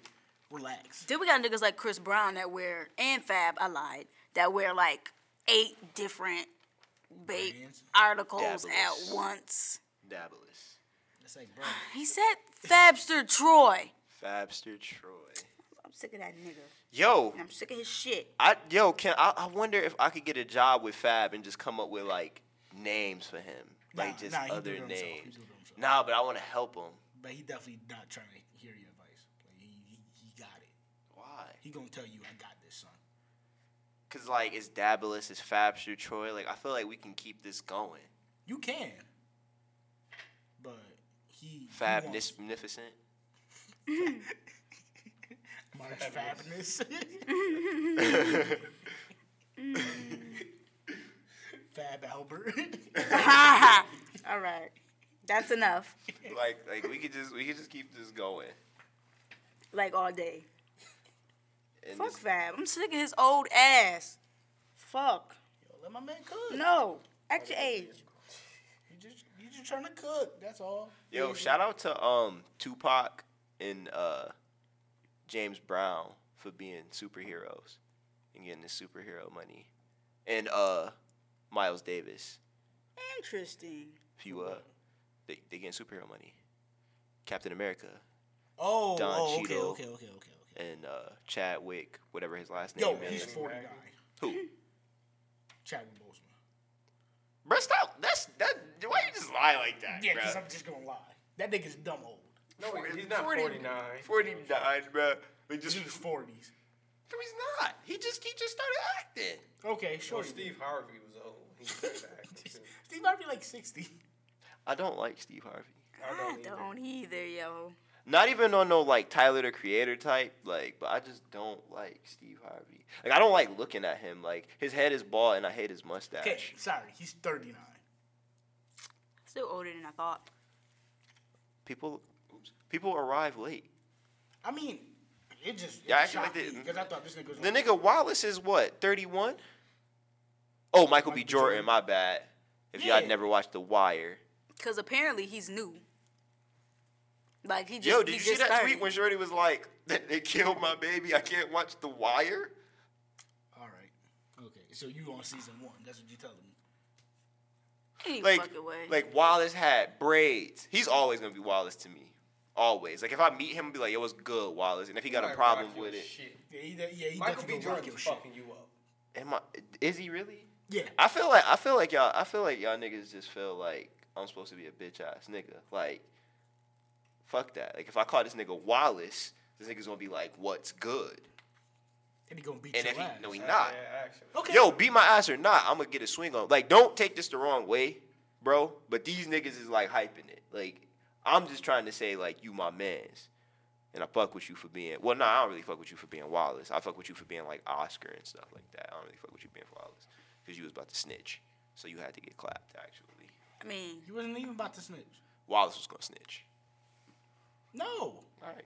relax. Then we got niggas like Chris Brown that wear and Fab. I lied. That wear like eight different bait Brands. articles Dabblers. at once. Dabblers. It's like bro, He said Fabster Troy. Fabster Troy. I'm sick of that nigga. Yo, I'm sick of his shit. I yo can I, I wonder if I could get a job with Fab and just come up with like names for him, like Nah, just nah, he do other it himself. He names. do it himself. Nah, but I want to help him. but he definitely not trying to hear your advice. Like he, he, he got it. Why? He gonna tell you I got this son. Cause like it's Dabulus, it's Fabster Troy. Like I feel like we can keep this going. You can, but he he wants Fabnificent. March Fabness. Fab Albert. All right. That's enough. like like we could just we could just keep this going. Like all day. And Fuck this- Fab. I'm sick of his old ass. Fuck. Let my man cook. No. At your age. You just you just trying to cook. That's all. Yo, shout out to um Tupac and uh James Brown for being superheroes and getting the superhero money. And uh Miles Davis. Interesting. If you uh they they getting superhero money. Captain America Oh, Don oh, okay, Cheadle. okay, okay, okay, okay. and uh Chadwick, whatever his last Yo, name he's is. forty nine. Who? Chadwick Boseman. Bruh, stop. That's that why you just lie like that, Yeah, because bruh? I'm just gonna lie. That nigga's dumb old. No, he's not 49. 49, bruh. Like just He's in his forties. No, he's not. He just he just started acting. Okay, sure. Well, Steve. Steve Harvey was old. He was back too. Steve might be like sixty. I don't like Steve Harvey. I I don't either. don't either, yo. Not even on no like Tyler the Creator type, like, but I just don't like Steve Harvey. Like I don't like looking at him. Like his head is bald and I hate his mustache. Okay, sorry, he's thirty nine. Still older than I thought. People, oops, people arrive late. I mean, it just it Yeah, I just actually shocked did. because I thought this nigga was The nigga Wallace is what thirty one. Oh, Michael B. Michael B. Jordan, Jordan. My bad. If y'all Yeah. never watched The Wire, Cause apparently he's new. Like he just yo, did he you see just that started. tweet when Shorty was like, "They killed my baby. I can't watch The Wire." All right. Okay. So you on season one? That's what you telling me. Any like, fucking way. like Wallace had braids. He's always gonna be Wallace to me. Always. Like if I meet him, I'll be like, "Yo, what's good, Wallace?" And if he got a Like, problem rock your with it, shit. Yeah, he, de- yeah, he Michael B. definitely gonna rock your Jordan's shit. fucking you up. am I? Is he really? Yeah. I feel like I feel like y'all. I feel like y'all niggas just feel like I'm supposed to be a bitch ass nigga. Like, fuck that. Like if I call this nigga Wallace, this nigga's gonna be like, "What's good?" And he gonna beat And your if he ass. no, he not. Yeah, actually. okay. Yo, beat my ass or not, I'm gonna get a swing on. Like, don't take this the wrong way, bro. But these niggas is like hyping it. Like, I'm just trying to say like you my man's. And I fuck with you for being well. No, I don't really fuck with you for being Wallace. I fuck with you for being like Oscar and stuff like that. I don't really fuck with you being Wallace because you was about to snitch, so you had to get clapped. Actually, I mean, He wasn't even about to snitch. Wallace was gonna snitch. No, All right.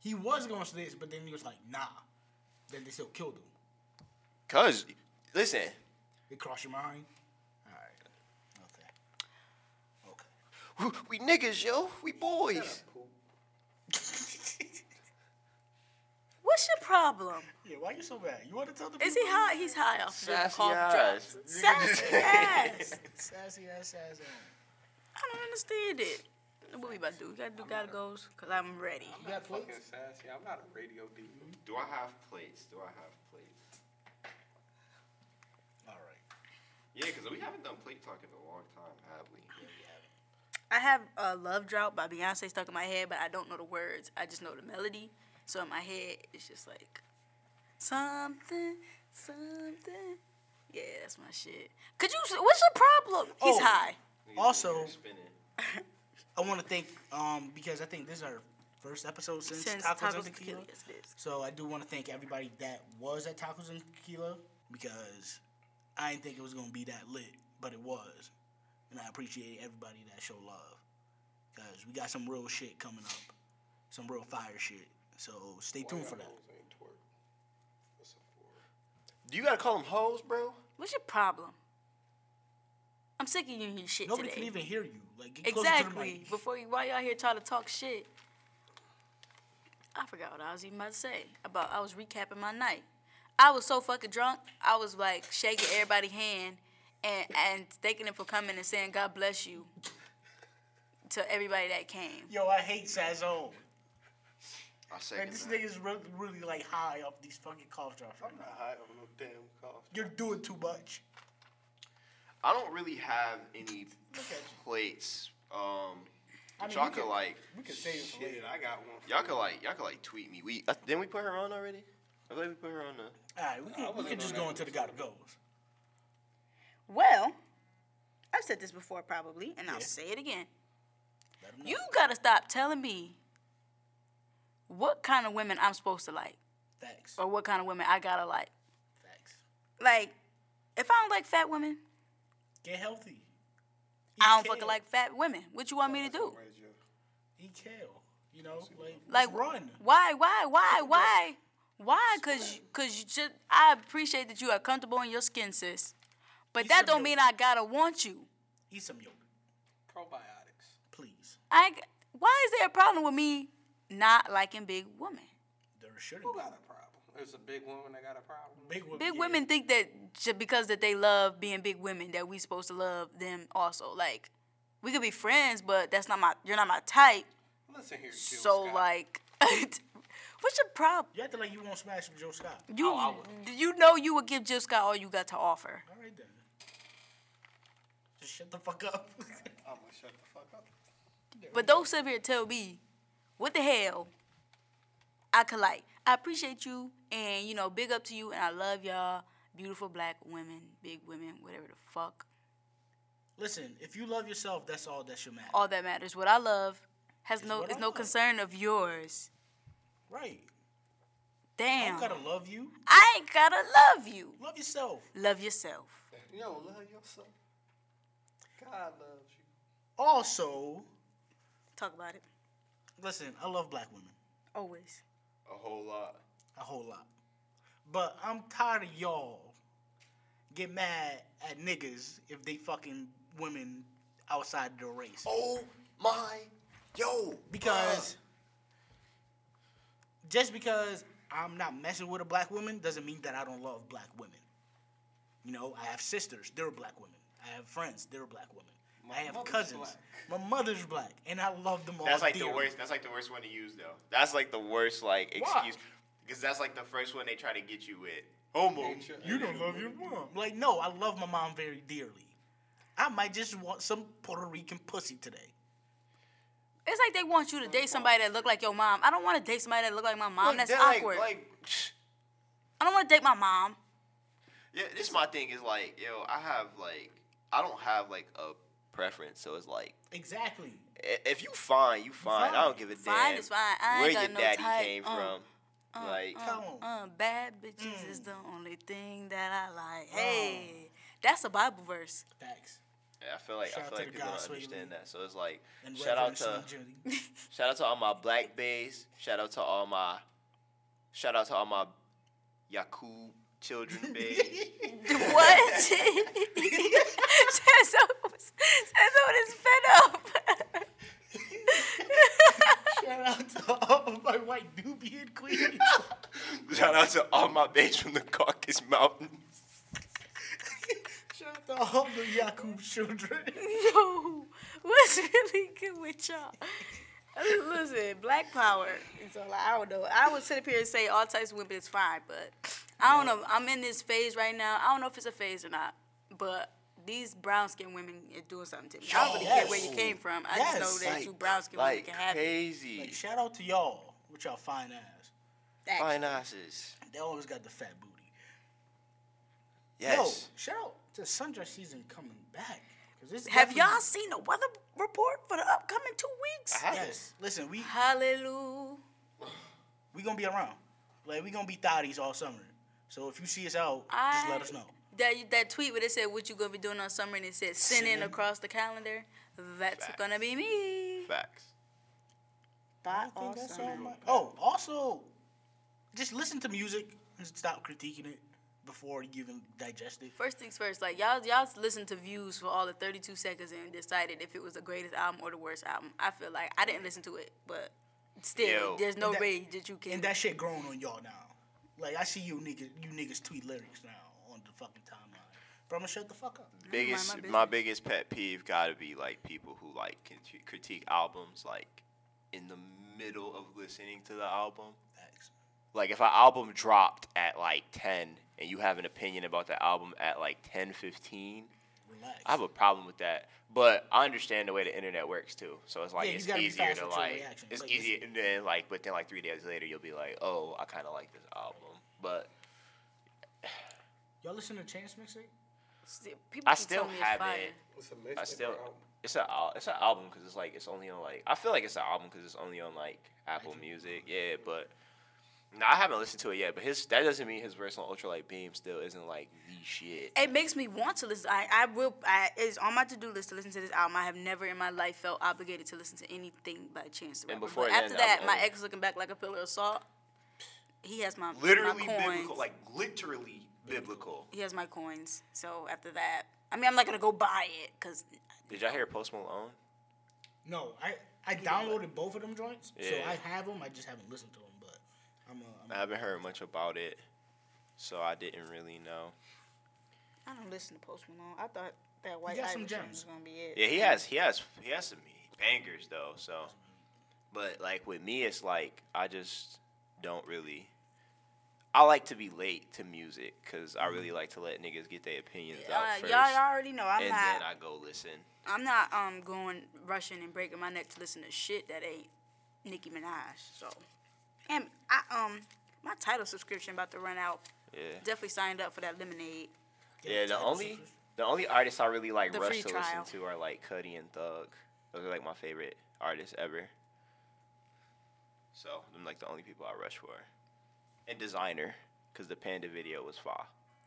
he was going to snitch, but then he was like, nah. Then they still killed him. Cause listen, It crossed your mind? All right. Okay. Okay. we niggas, yo, we boys. what's your problem? Yeah, why you so bad? You want to tell the Is he high? He's high off the Sassy cough ass. drops. Sassy ass. Sassy ass, sassy ass. I don't understand it. What we about to do? We gotta do gotta goes, cause I'm ready. You got Fucking plates? sassy. I'm not a radio dude. Do I have plates? Do I have plates? All right. Yeah, because we haven't done plate talk in a long time, have we? I have uh, "Love Drought" by Beyonce stuck in my head, but I don't know the words. I just know the melody. So in my head, it's just like something, something. Yeah, that's my shit. Could you? What's your problem? He's Oh. high. Also, Spinning. I want to thank, um, because I think this is our first episode since, Since Tacos, tacos, and and Tequila. tequila. Yes, it is. So I do want to thank everybody that was at Tacos and Tequila because I didn't think it was gonna be that lit, but it was, and I appreciate everybody that showed love because we got some real shit coming up, some real fire shit. So stay tuned for that. Those ain't twerk. That's a four. you gotta call them hoes, bro? What's your problem? I'm sick of you and your shit Nobody today. can even hear you. Like get closer to the Exactly. mic. Before you, why y'all here trying to talk shit? I forgot what I was even about to say. About I was recapping my night. I was so fucking drunk. I was like shaking everybody's hand and and thanking them for coming and saying God bless you to everybody that came. Yo, I hate Sazone. I Like second this that. nigga's really, really like high off these fucking cough drops right I'm now. not high on no damn cough. You're doing too much. I don't really have any at you. plates. Um, I mean, y'all we could can- like, We can save it for Shit, later. I got one. y'all could like, y'all could like tweet me. We Uh, didn't we put her on already? I believe we put her on the. All right, we can, we wasn't can on just that go into the gotta goes. Well, I've said this before probably, and I'll Yeah. say it again. Let 'em know. You gotta stop telling me what kind of women I'm supposed to like Facts. Oh. or what kind of women I gotta like. Facts. Like, if I don't like fat women, Get healthy. Eat I don't kale. fucking like fat women. What you want me to do? Raise your- Eat kale. You know, like, Like, like run. Why? Why? Why? Why? Why? Cause, you- cause you just. I appreciate that you are comfortable in your skin, sis. But You that should don't be mean I gotta want you. Eat some yogurt, Probiotics. please. I. ain't g- Why is there a problem with me not liking big women? There shouldn't Who be. got a problem? There's a big woman that got a problem. Big women. Big yeah. women think that ju- because that they love being big women that we supposed to love them also. Like, we could be friends, but that's not my. You're not my type. Listen here, Jill So Scott. like, what's your problem? You act like you won't smash with Joe Scott. You Oh, I would. you know you would give Jill Scott all you got to offer. All right then. Just shut the fuck up. I'm gonna shut the fuck up. But don't sit here and tell me what the hell I could like. I appreciate you and you know, big up to you and I love y'all. Beautiful black women, big women, whatever the fuck. Listen, if you love yourself, that's all that should matter. All that matters. What I love has no what is I no love. concern of yours. Right. Damn. You gotta love you. I ain't gotta love you. Love yourself. Love yourself. You don't love yourself. God loves you. Also, Talk about it. listen, I love black women Always. a whole lot. a whole lot. But I'm tired of y'all get mad at niggas if they fucking women outside their race. Oh my, yo. Because just because I'm not messing with a black woman doesn't mean that I don't love black women. You know, I have sisters, they're black women. I have friends, they're black women. I have mother's cousins. My mother's black, and I love them all. Uh, That's like dearly. the worst. That's like the worst one to use though. That's like the worst like Why? excuse because that's like the first one they try to get you with. Homo. Ain't your- You don't love your mom. Like, no, I love my mom very dearly. I might just want some Puerto Rican pussy today. It's like they want you to date somebody that look like your mom. I don't want to date somebody that look like my mom. That's they're, like- awkward. like I don't want to date my mom. Yeah, this my thing is like, yo, I have like, I don't have like a preference. So it's like Exactly. i- if you fine, you fine. I don't give a Fine damn is fine. I where ain't your got no daddy type. came Uh, from. like Come on. Uh, bad bitches is the only thing that I like. Hey, that's a Bible verse. Facts. I feel like Shout I out feel to like the people guy, don't Sway Lee. understand that. So it's like And shout out Reverend to Slim Judy. shout out to all my black bays. Shout out to all my shout out to all my Yakub children bays. What? Sanzo is fed up. Shout out to all my white Nubian queens. shout out to all my bays from the Caucasus Mountains. Shout out to all the Yakub children. Yo, what's really good with y'all? Listen, black power. So like, I don't know. I would sit up here and say all types of women is fine, but I don't know. I'm in this phase right now. I don't know if it's a phase or not, but these brown skinned women are doing something to me. I don't really care where you Yes. came from. I Yes. just know that Like- you brown skinned women Like can have it. crazy. Like, shout out to y'all with y'all fine ass. Facts. Fine asses. They always got the fat booty. Yes. Yo, shout out to Sundress season coming back. 'Cause it's Have definitely- y'all seen the weather report for the upcoming two weeks? I have it. Yes. Listen, we Hallelujah. we gonna be around. Like we gonna be thotties all summer. So if you see us out, just let us know. That that tweet where they said what you gonna be doing on summer and it said sending Sinning. across the calendar. That's Facts. gonna be me. Facts. I By think all that's summer. all my- oh, also, just listen to music and stop critiquing it before you even digest it. First things first, like y'all y'all listened to views for all the 32 seconds and decided if it was the greatest album or the worst album. I feel like I didn't listen to it, but still, Yo. there's no And that- way that you can. And that shit grown on y'all now. Like I see you niggas, you niggas tweet lyrics now on the fucking timeline. Bro, I'm gonna shut the fuck up. mind my biggest my, business. biggest pet peeve gotta be like people who like criti- critique albums like in the middle of listening to the album Facts. like if an album dropped at like 10 and you have an opinion about the album at like 10 15 Relax. i have a problem with that but i understand the way the internet works too so it's like Yeah, you it's gotta be easier fast to with your like reaction. it's Like, easier and then like but then like three days later you'll be like oh i kind of like this album but y'all listen to Chance Mixtape? Sti- people i keep still telling me it's have fire. it What's a mixtape? I still. album? It's a al- it's an album because it's like it's only on like I feel like it's an album because it's only on like Apple Music. Yeah, but no, I haven't listened to it yet. But his that doesn't mean his verse on Ultralight Beam still isn't like the shit. It makes me want to listen. I, I will. I, it's on my to do list to listen to this album. I have never in my life felt obligated to listen to anything by Chance the Rapper. before but then, after I- that, I- my ex looking back like a pillar of salt. He has my Literally my coins. biblical, like literally biblical. he has my coins. So after that, I mean, I'm not gonna go buy it because Did y'all hear Post Malone? No, I I downloaded both of them joints, so Yeah. I have them. I just haven't listened to them, but I'm a, I I'm haven't heard much about it, so I didn't really know. I don't listen to Post Malone. I thought that White got some Irish thing gems. was gonna be it. Yeah, he has he has he has some bangers though. So, but like with me, it's like I just don't really. I like to be late to music because I really like to let niggas get their opinions out Uh, 1st y'all already know I'm and not. then I go listen. I'm not um going rushing and breaking my neck to listen to shit that ain't Nicki Minaj. So, and I um my title subscription about to run out. Yeah, Definitely signed up for that Lemonade. yeah. The only the only artists I really like The free rush to trial. listen to are like Cudi and Thug. Those are like my favorite artists ever. So I'm like the only people I rush for, and designer because the Panda video was fire.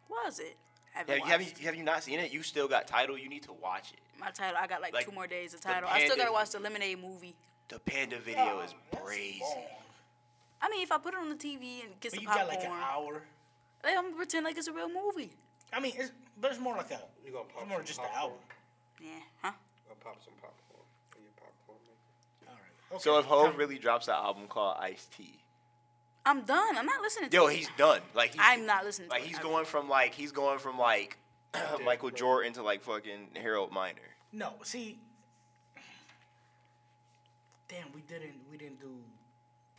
Was it? Haven't Have you, have, watched. you, have you not seen it? You still got title. You need to watch it. my title. I got like, Like, two more days of the title. I still gotta Pandas- watch the Lemonade movie. The panda video is crazy. I mean, if I put it on the TV and But get some you got popcorn, like an hour. then I'm gonna pretend like it's a real movie. I mean, it's but it's more like a You gonna pop it's more some just an popcorn? hour. Yeah, huh? I'll pop some popcorn. Are you a popcorn maker? All right. Okay. So if Hov Come- really drops an album called Ice T, I'm done. I'm not listening to yo, it. he's done. Like he's, I'm not listening to Like it. he's I- going from like he's going from like Michael Jordan to like fucking Harold Miner. no, see, damn, we didn't we didn't do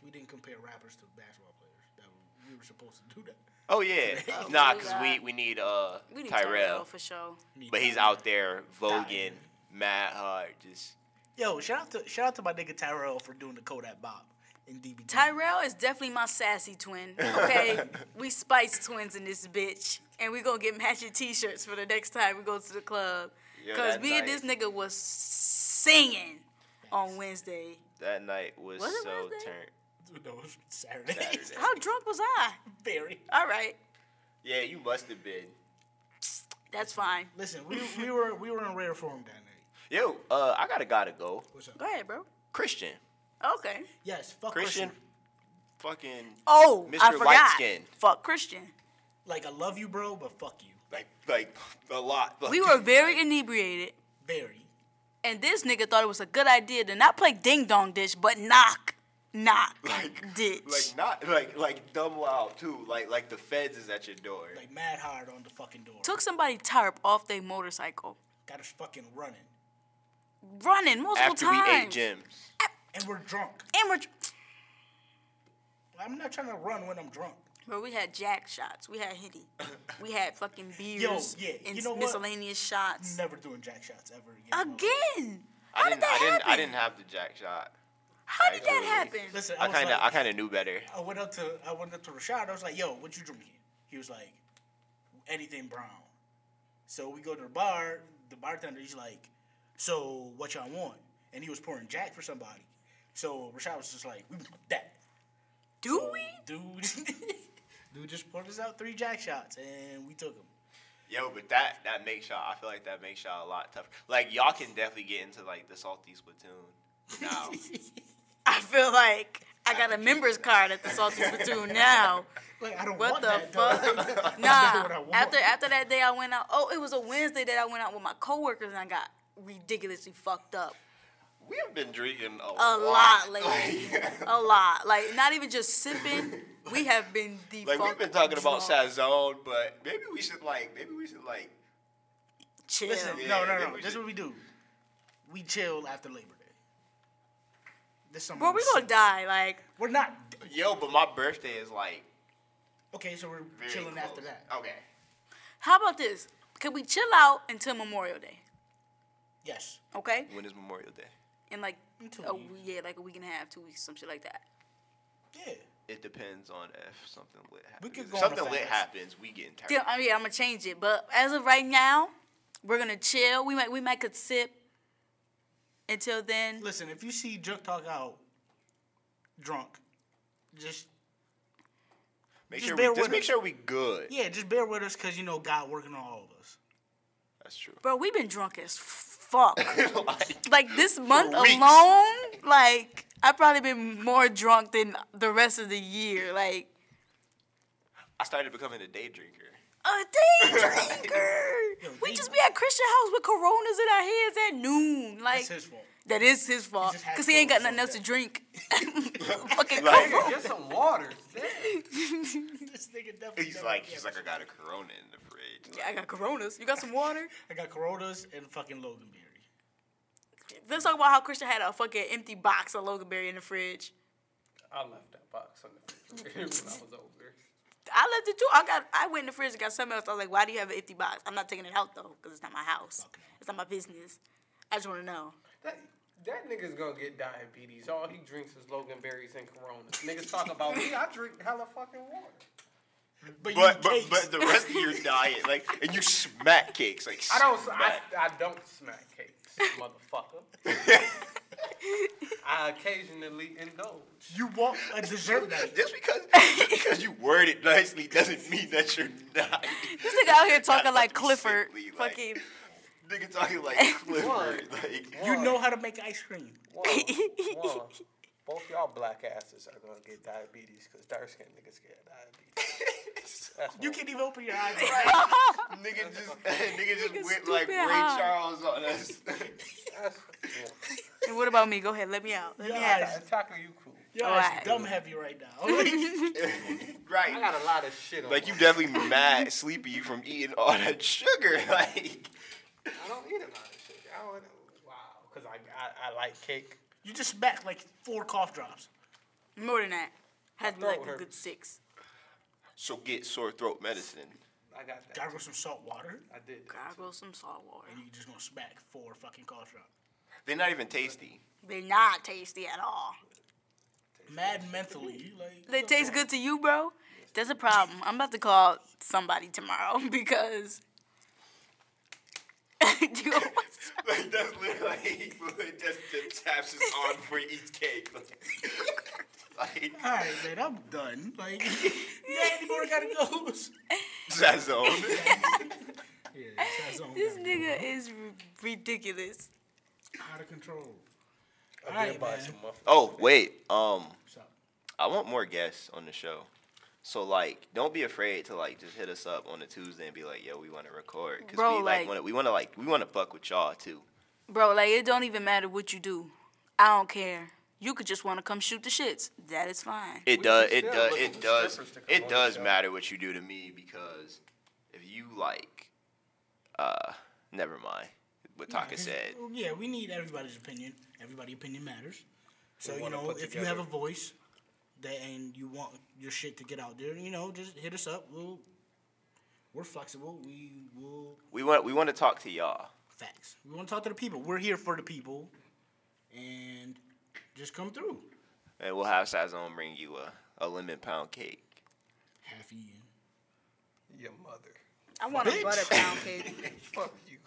we didn't compare rappers to basketball players. That we, we were supposed to do that. Oh yeah, nah, we cause got- we we need uh We need Tyrell, for sure. but he's out there voguing mad hard. Just Yo, shout out to shout out to my nigga Tyrell for doing the Kodak Bob in DB. Tyrell is definitely my sassy twin. Okay, we spice twins in this bitch, and we gonna get matching T-shirts for the next time we go to the club. Yo, Cause that me and night- this nigga was singing on Wednesday. That night was, Was it so Wednesday? turned. No, Saturday. Saturday. How drunk was I? Very. All right, Yeah, you must have been. that's fine. Listen, we, we were we were in rare form that night. Yo, uh, I gotta gotta go. What's up? Go ahead, bro. Christian, Okay. Yes, fuck Christian, Christian. fucking Oh, I Mr. forgot. Light Skin. Fuck Christian. Like I love you, bro, but fuck you. like like a lot. We were very inebriated, Very. and this nigga thought it was a good idea to not play ding dong ditch, but knock, knock ditch. like not like like dumb loud too. Like like the feds is at your door. Like mad hard on the fucking door. Took somebody tarp off their motorcycle, Got us fucking running. running multiple After times. we ate gems. And we're drunk. And we're, I'm not trying to run when I'm drunk. bro, we had jack shots, we had hitty, we had fucking beers yeah, and you know what? miscellaneous shots. Never doing jack shots ever again. Again, I how did didn't that I didn't happen? I didn't have the jack shot. how did that actually- happen? Listen, I, I was kind of I like- kind of knew better. I went up to I went up to Rashad. I was like, "Yo, what you drinking?" He was like, "Anything brown." So we go to the bar. The bartender, he's like, "So what y'all want?" And he was pouring Jack for somebody. So Rashad was just like, "We want that." Do So, we? dude? dude just poured us out three Jack shots, and we took them. Yo, but that that makes y'all. I feel like that makes y'all a lot tougher. Like y'all can definitely get into like the salty splatoon now. I feel like I got a members card at the Salty Platoon now. Like I don't What want the that. dog. fuck? That's not what I nah. want. After after that day, I went out. Oh, it was a Wednesday that I went out with my coworkers and I got ridiculously fucked up. we have been drinking a, A lot lot lately. a lot. Like not even just sipping. We have been the Like fuck we've been talking about drunk. Sazone, but maybe we should like maybe we should like Chill. Listen, Yeah, no, yeah, no, no. we This is should- what we do. We chill after Labor Day. This summer. Bro, we gonna die. Like We're not yo, but my birthday is like Okay, so we're very chilling close. after that. Okay. how about this? Can we chill out until Memorial Day? Yes. Okay? When is Memorial Day? In like In two a, weeks. w- yeah, like a week and a half, two weeks, some shit like that. Yeah. It depends on if something lit happens. We could If go on a something lit fast. happens, we get Yeah, tired. I mean, I'm gonna change it, but as of right now, we're gonna chill. We might we might could sip until then. Listen, if you see Junk Talk out drunk, just Make Just sure bear we, with just make us. sure we good. yeah, just bear with us because you know God working on all of us. That's true. Bro, we've been drunk as fuck. like, like this month weeks. alone, like I've probably been more drunk than the rest of the year. Like I started becoming a day drinker. a day drinker. we they- just be at Christian house with Coronas in our hands at noon. Like It's his fault. that is his fault just had because he ain't got Coronas nothing like else to drink. Fucking Like- Corona. Get some water. this nigga definitely. He's never- like, yeah, he's like, I got a Corona in the fridge. I got Coronas. You got some water? I got Coronas and fucking Loganberry. Let's talk about how Christian had a fucking empty box of Loganberry in the fridge. I left that box on the fridge when I was over. I left it too. I got. I went in the fridge and got something else. I was like, "Why do you have an empty box?" I'm not taking it out though, because it's not my house. It's not my business. I just want to know. That, that nigga's gonna get diabetes. All he drinks is Logan berries and Coronas. Niggas talk about me. I drink hella fucking water. But, But, you but but the rest of your diet, like, and you smack cakes, like I don't. I, Smack. I don't smack cakes, motherfucker. I occasionally indulge. you want a dessert night. just because just because you word it nicely doesn't mean that you're not. This nigga out here talking like Simply, Clifford. like- fucking. Nigga talking like Clifford, like You know how to make ice cream. One, one. Both y'all black asses are gonna get diabetes because dark skinned niggas get diabetes. That's You one. can't even open your eyes. nigga just nigga just went like stupid Ray high. Charles on us. That's one. And what about me? Go ahead, let me out. Let me Yeah. out. Taco, you cool. Your All eyes right. dumb heavy right now. Like, I right. got a lot of shit on. Like you my- definitely mad sleepy from eating all that sugar. Like I don't eat a lot of shit. I don't. Wow, because I, I I like cake. you just smacked like four cough drops. More than that, had to be throat like a hurts. good six. So get sore throat medicine. I got that. Gargle some salt water, I did. Gargle some salt water. and you just gonna smack four fucking cough drops. They're not even tasty. They're not tasty at all. Mad mentally, like They taste good to you, bro. That's a problem. I'm about to call somebody tomorrow because do a what's up? Like that's literally like, he literally just, just taps his arm before he eats cake. Like, All right, man, I'm done. Like, yeah, any more gotta go. that's the only. yeah, that's all This good. nigga is r- ridiculous. out of control. I All right, did buy man. some muffins. Oh wait, um, What's up? I want more guests on the show. So like, don't be afraid to like just hit us up on a Tuesday and be like, "Yo, we want to record." Cause Bro, we like, like- wanna, we want to like we want to fuck with y'all too. Bro, like it don't even matter what you do. I don't care. You could just want to come shoot the shits. That is fine. It We does. can It still does. look It for does. strippers to come It on does the show. matter what you do to me because if you like, uh, never mind what Taka said. Well, Yeah, we need everybody's opinion. Everybody's opinion matters. So We you wanna know, put if you have a together- voice that and you want your shit to get out there, you know, just hit us up. We'll we're flexible. We will We want. We want to talk to y'all. facts. We want to talk to the people. We're here for the people, and just come through. And we'll have Sazon bring you a, a lemon pound cake. Half eaten. Your mother. I want Bitch. a butter pound cake. Fuck you.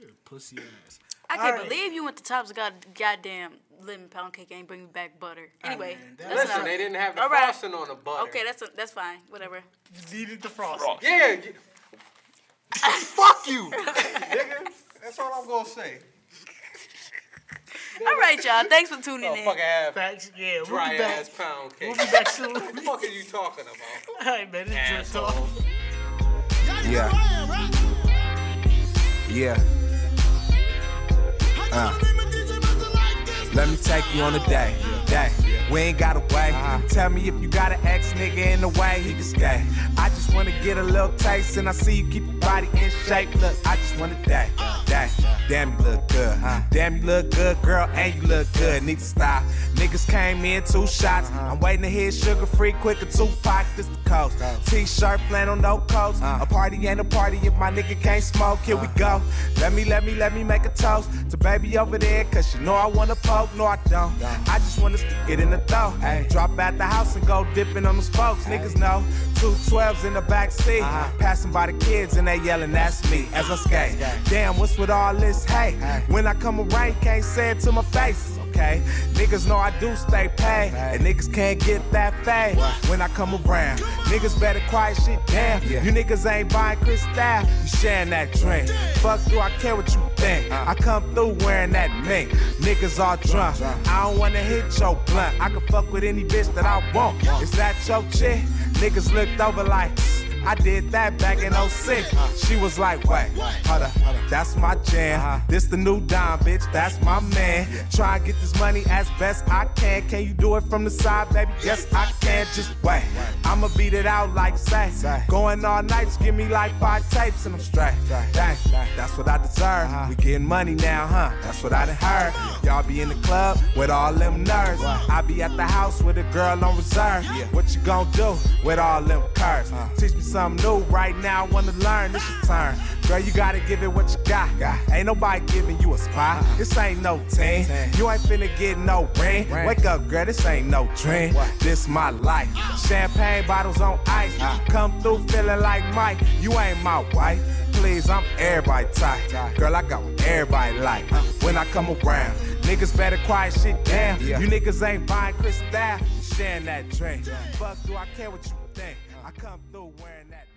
You're a Pussy ass. I can't Alright. believe you went to Tops God goddamn lemon pound cake and bring me back butter. Anyway, man, that- that's Listen, not- they didn't have the All right. frosting on the butter. Okay, that's that's fine. Whatever. Needed the frost. Yeah. you- Fuck you, nigga. That's all I'm gonna say. All right, y'all. Thanks for tuning Oh, in. fucking ass, Facts. Yeah, we'll dry be back. ass pound We'll cake. be What back soon. All the fuck are you talking about? right, man. It's just Asshole. talk. Yeah. Yeah. Uh. Let me take you on a day. Day. We ain't got a way. Tell me if you got an ex nigga in the way, he can stay. I just wanna get a little taste, and I see you keep your body in shape. Look, I just wanna day. Day. Damn, you look good. Damn, you look good, girl, and you look good. Need to stop. Niggas came in two shots. I'm waiting to hit sugar free quicker. Tupac, this the coast. T-shirt, flannel, no coats. A party ain't a party if my nigga can't smoke. Here we go. Let me, let me, let me make a toast to baby over there, cause you know I wanna poke. No, I don't. I just wanna get in the throw. Drop out the house and go dipping on the spokes. Niggas know. Two 12s in the back seat. Passing by the kids and they yelling, that's me as I skate. Damn, what's with all this hate? When I come around, can't say it to my face. Okay, niggas know I do stay paid, and niggas can't get that fade when I come around. Niggas better quiet shit down. You niggas ain't buying Cristal, you sharing that drink. Fuck do I care what you think? I come through wearing that mink. Niggas all drunk. I don't wanna hit your blunt. I can fuck with any bitch that I want. Is that your chick? Niggas looked over like. I did that back in 06. She was like, wait, hold up, that's my jam. This the new dime, bitch, that's my man. Try and get this money as best I can. Can you do it from the side, baby? Yes, I can. Just wait, I'ma beat it out like say. Going all nights, give me like five tapes and I'm straight. Dang, that's what I deserve. We getting money now, huh? That's what I done heard. Y'all be in the club with all them nerds. I be at the house with a girl on reserve. What you gonna do with all them curves? Teach me something new right now. I wanna learn. It's your turn. Girl, you gotta give it what you got. Ain't nobody giving you a spot. This ain't no team. You ain't finna get no ring. Wake up, girl, this ain't no dream. This my life. Champagne bottles on ice. Come through feeling like Mike. You ain't my wife. Please, I'm everybody type. Girl, I got what everybody like. When I come around, niggas better quiet shit down. You niggas ain't buying Cristal, you sharing that drink. Fuck, do I care what you think? I come through wearing that.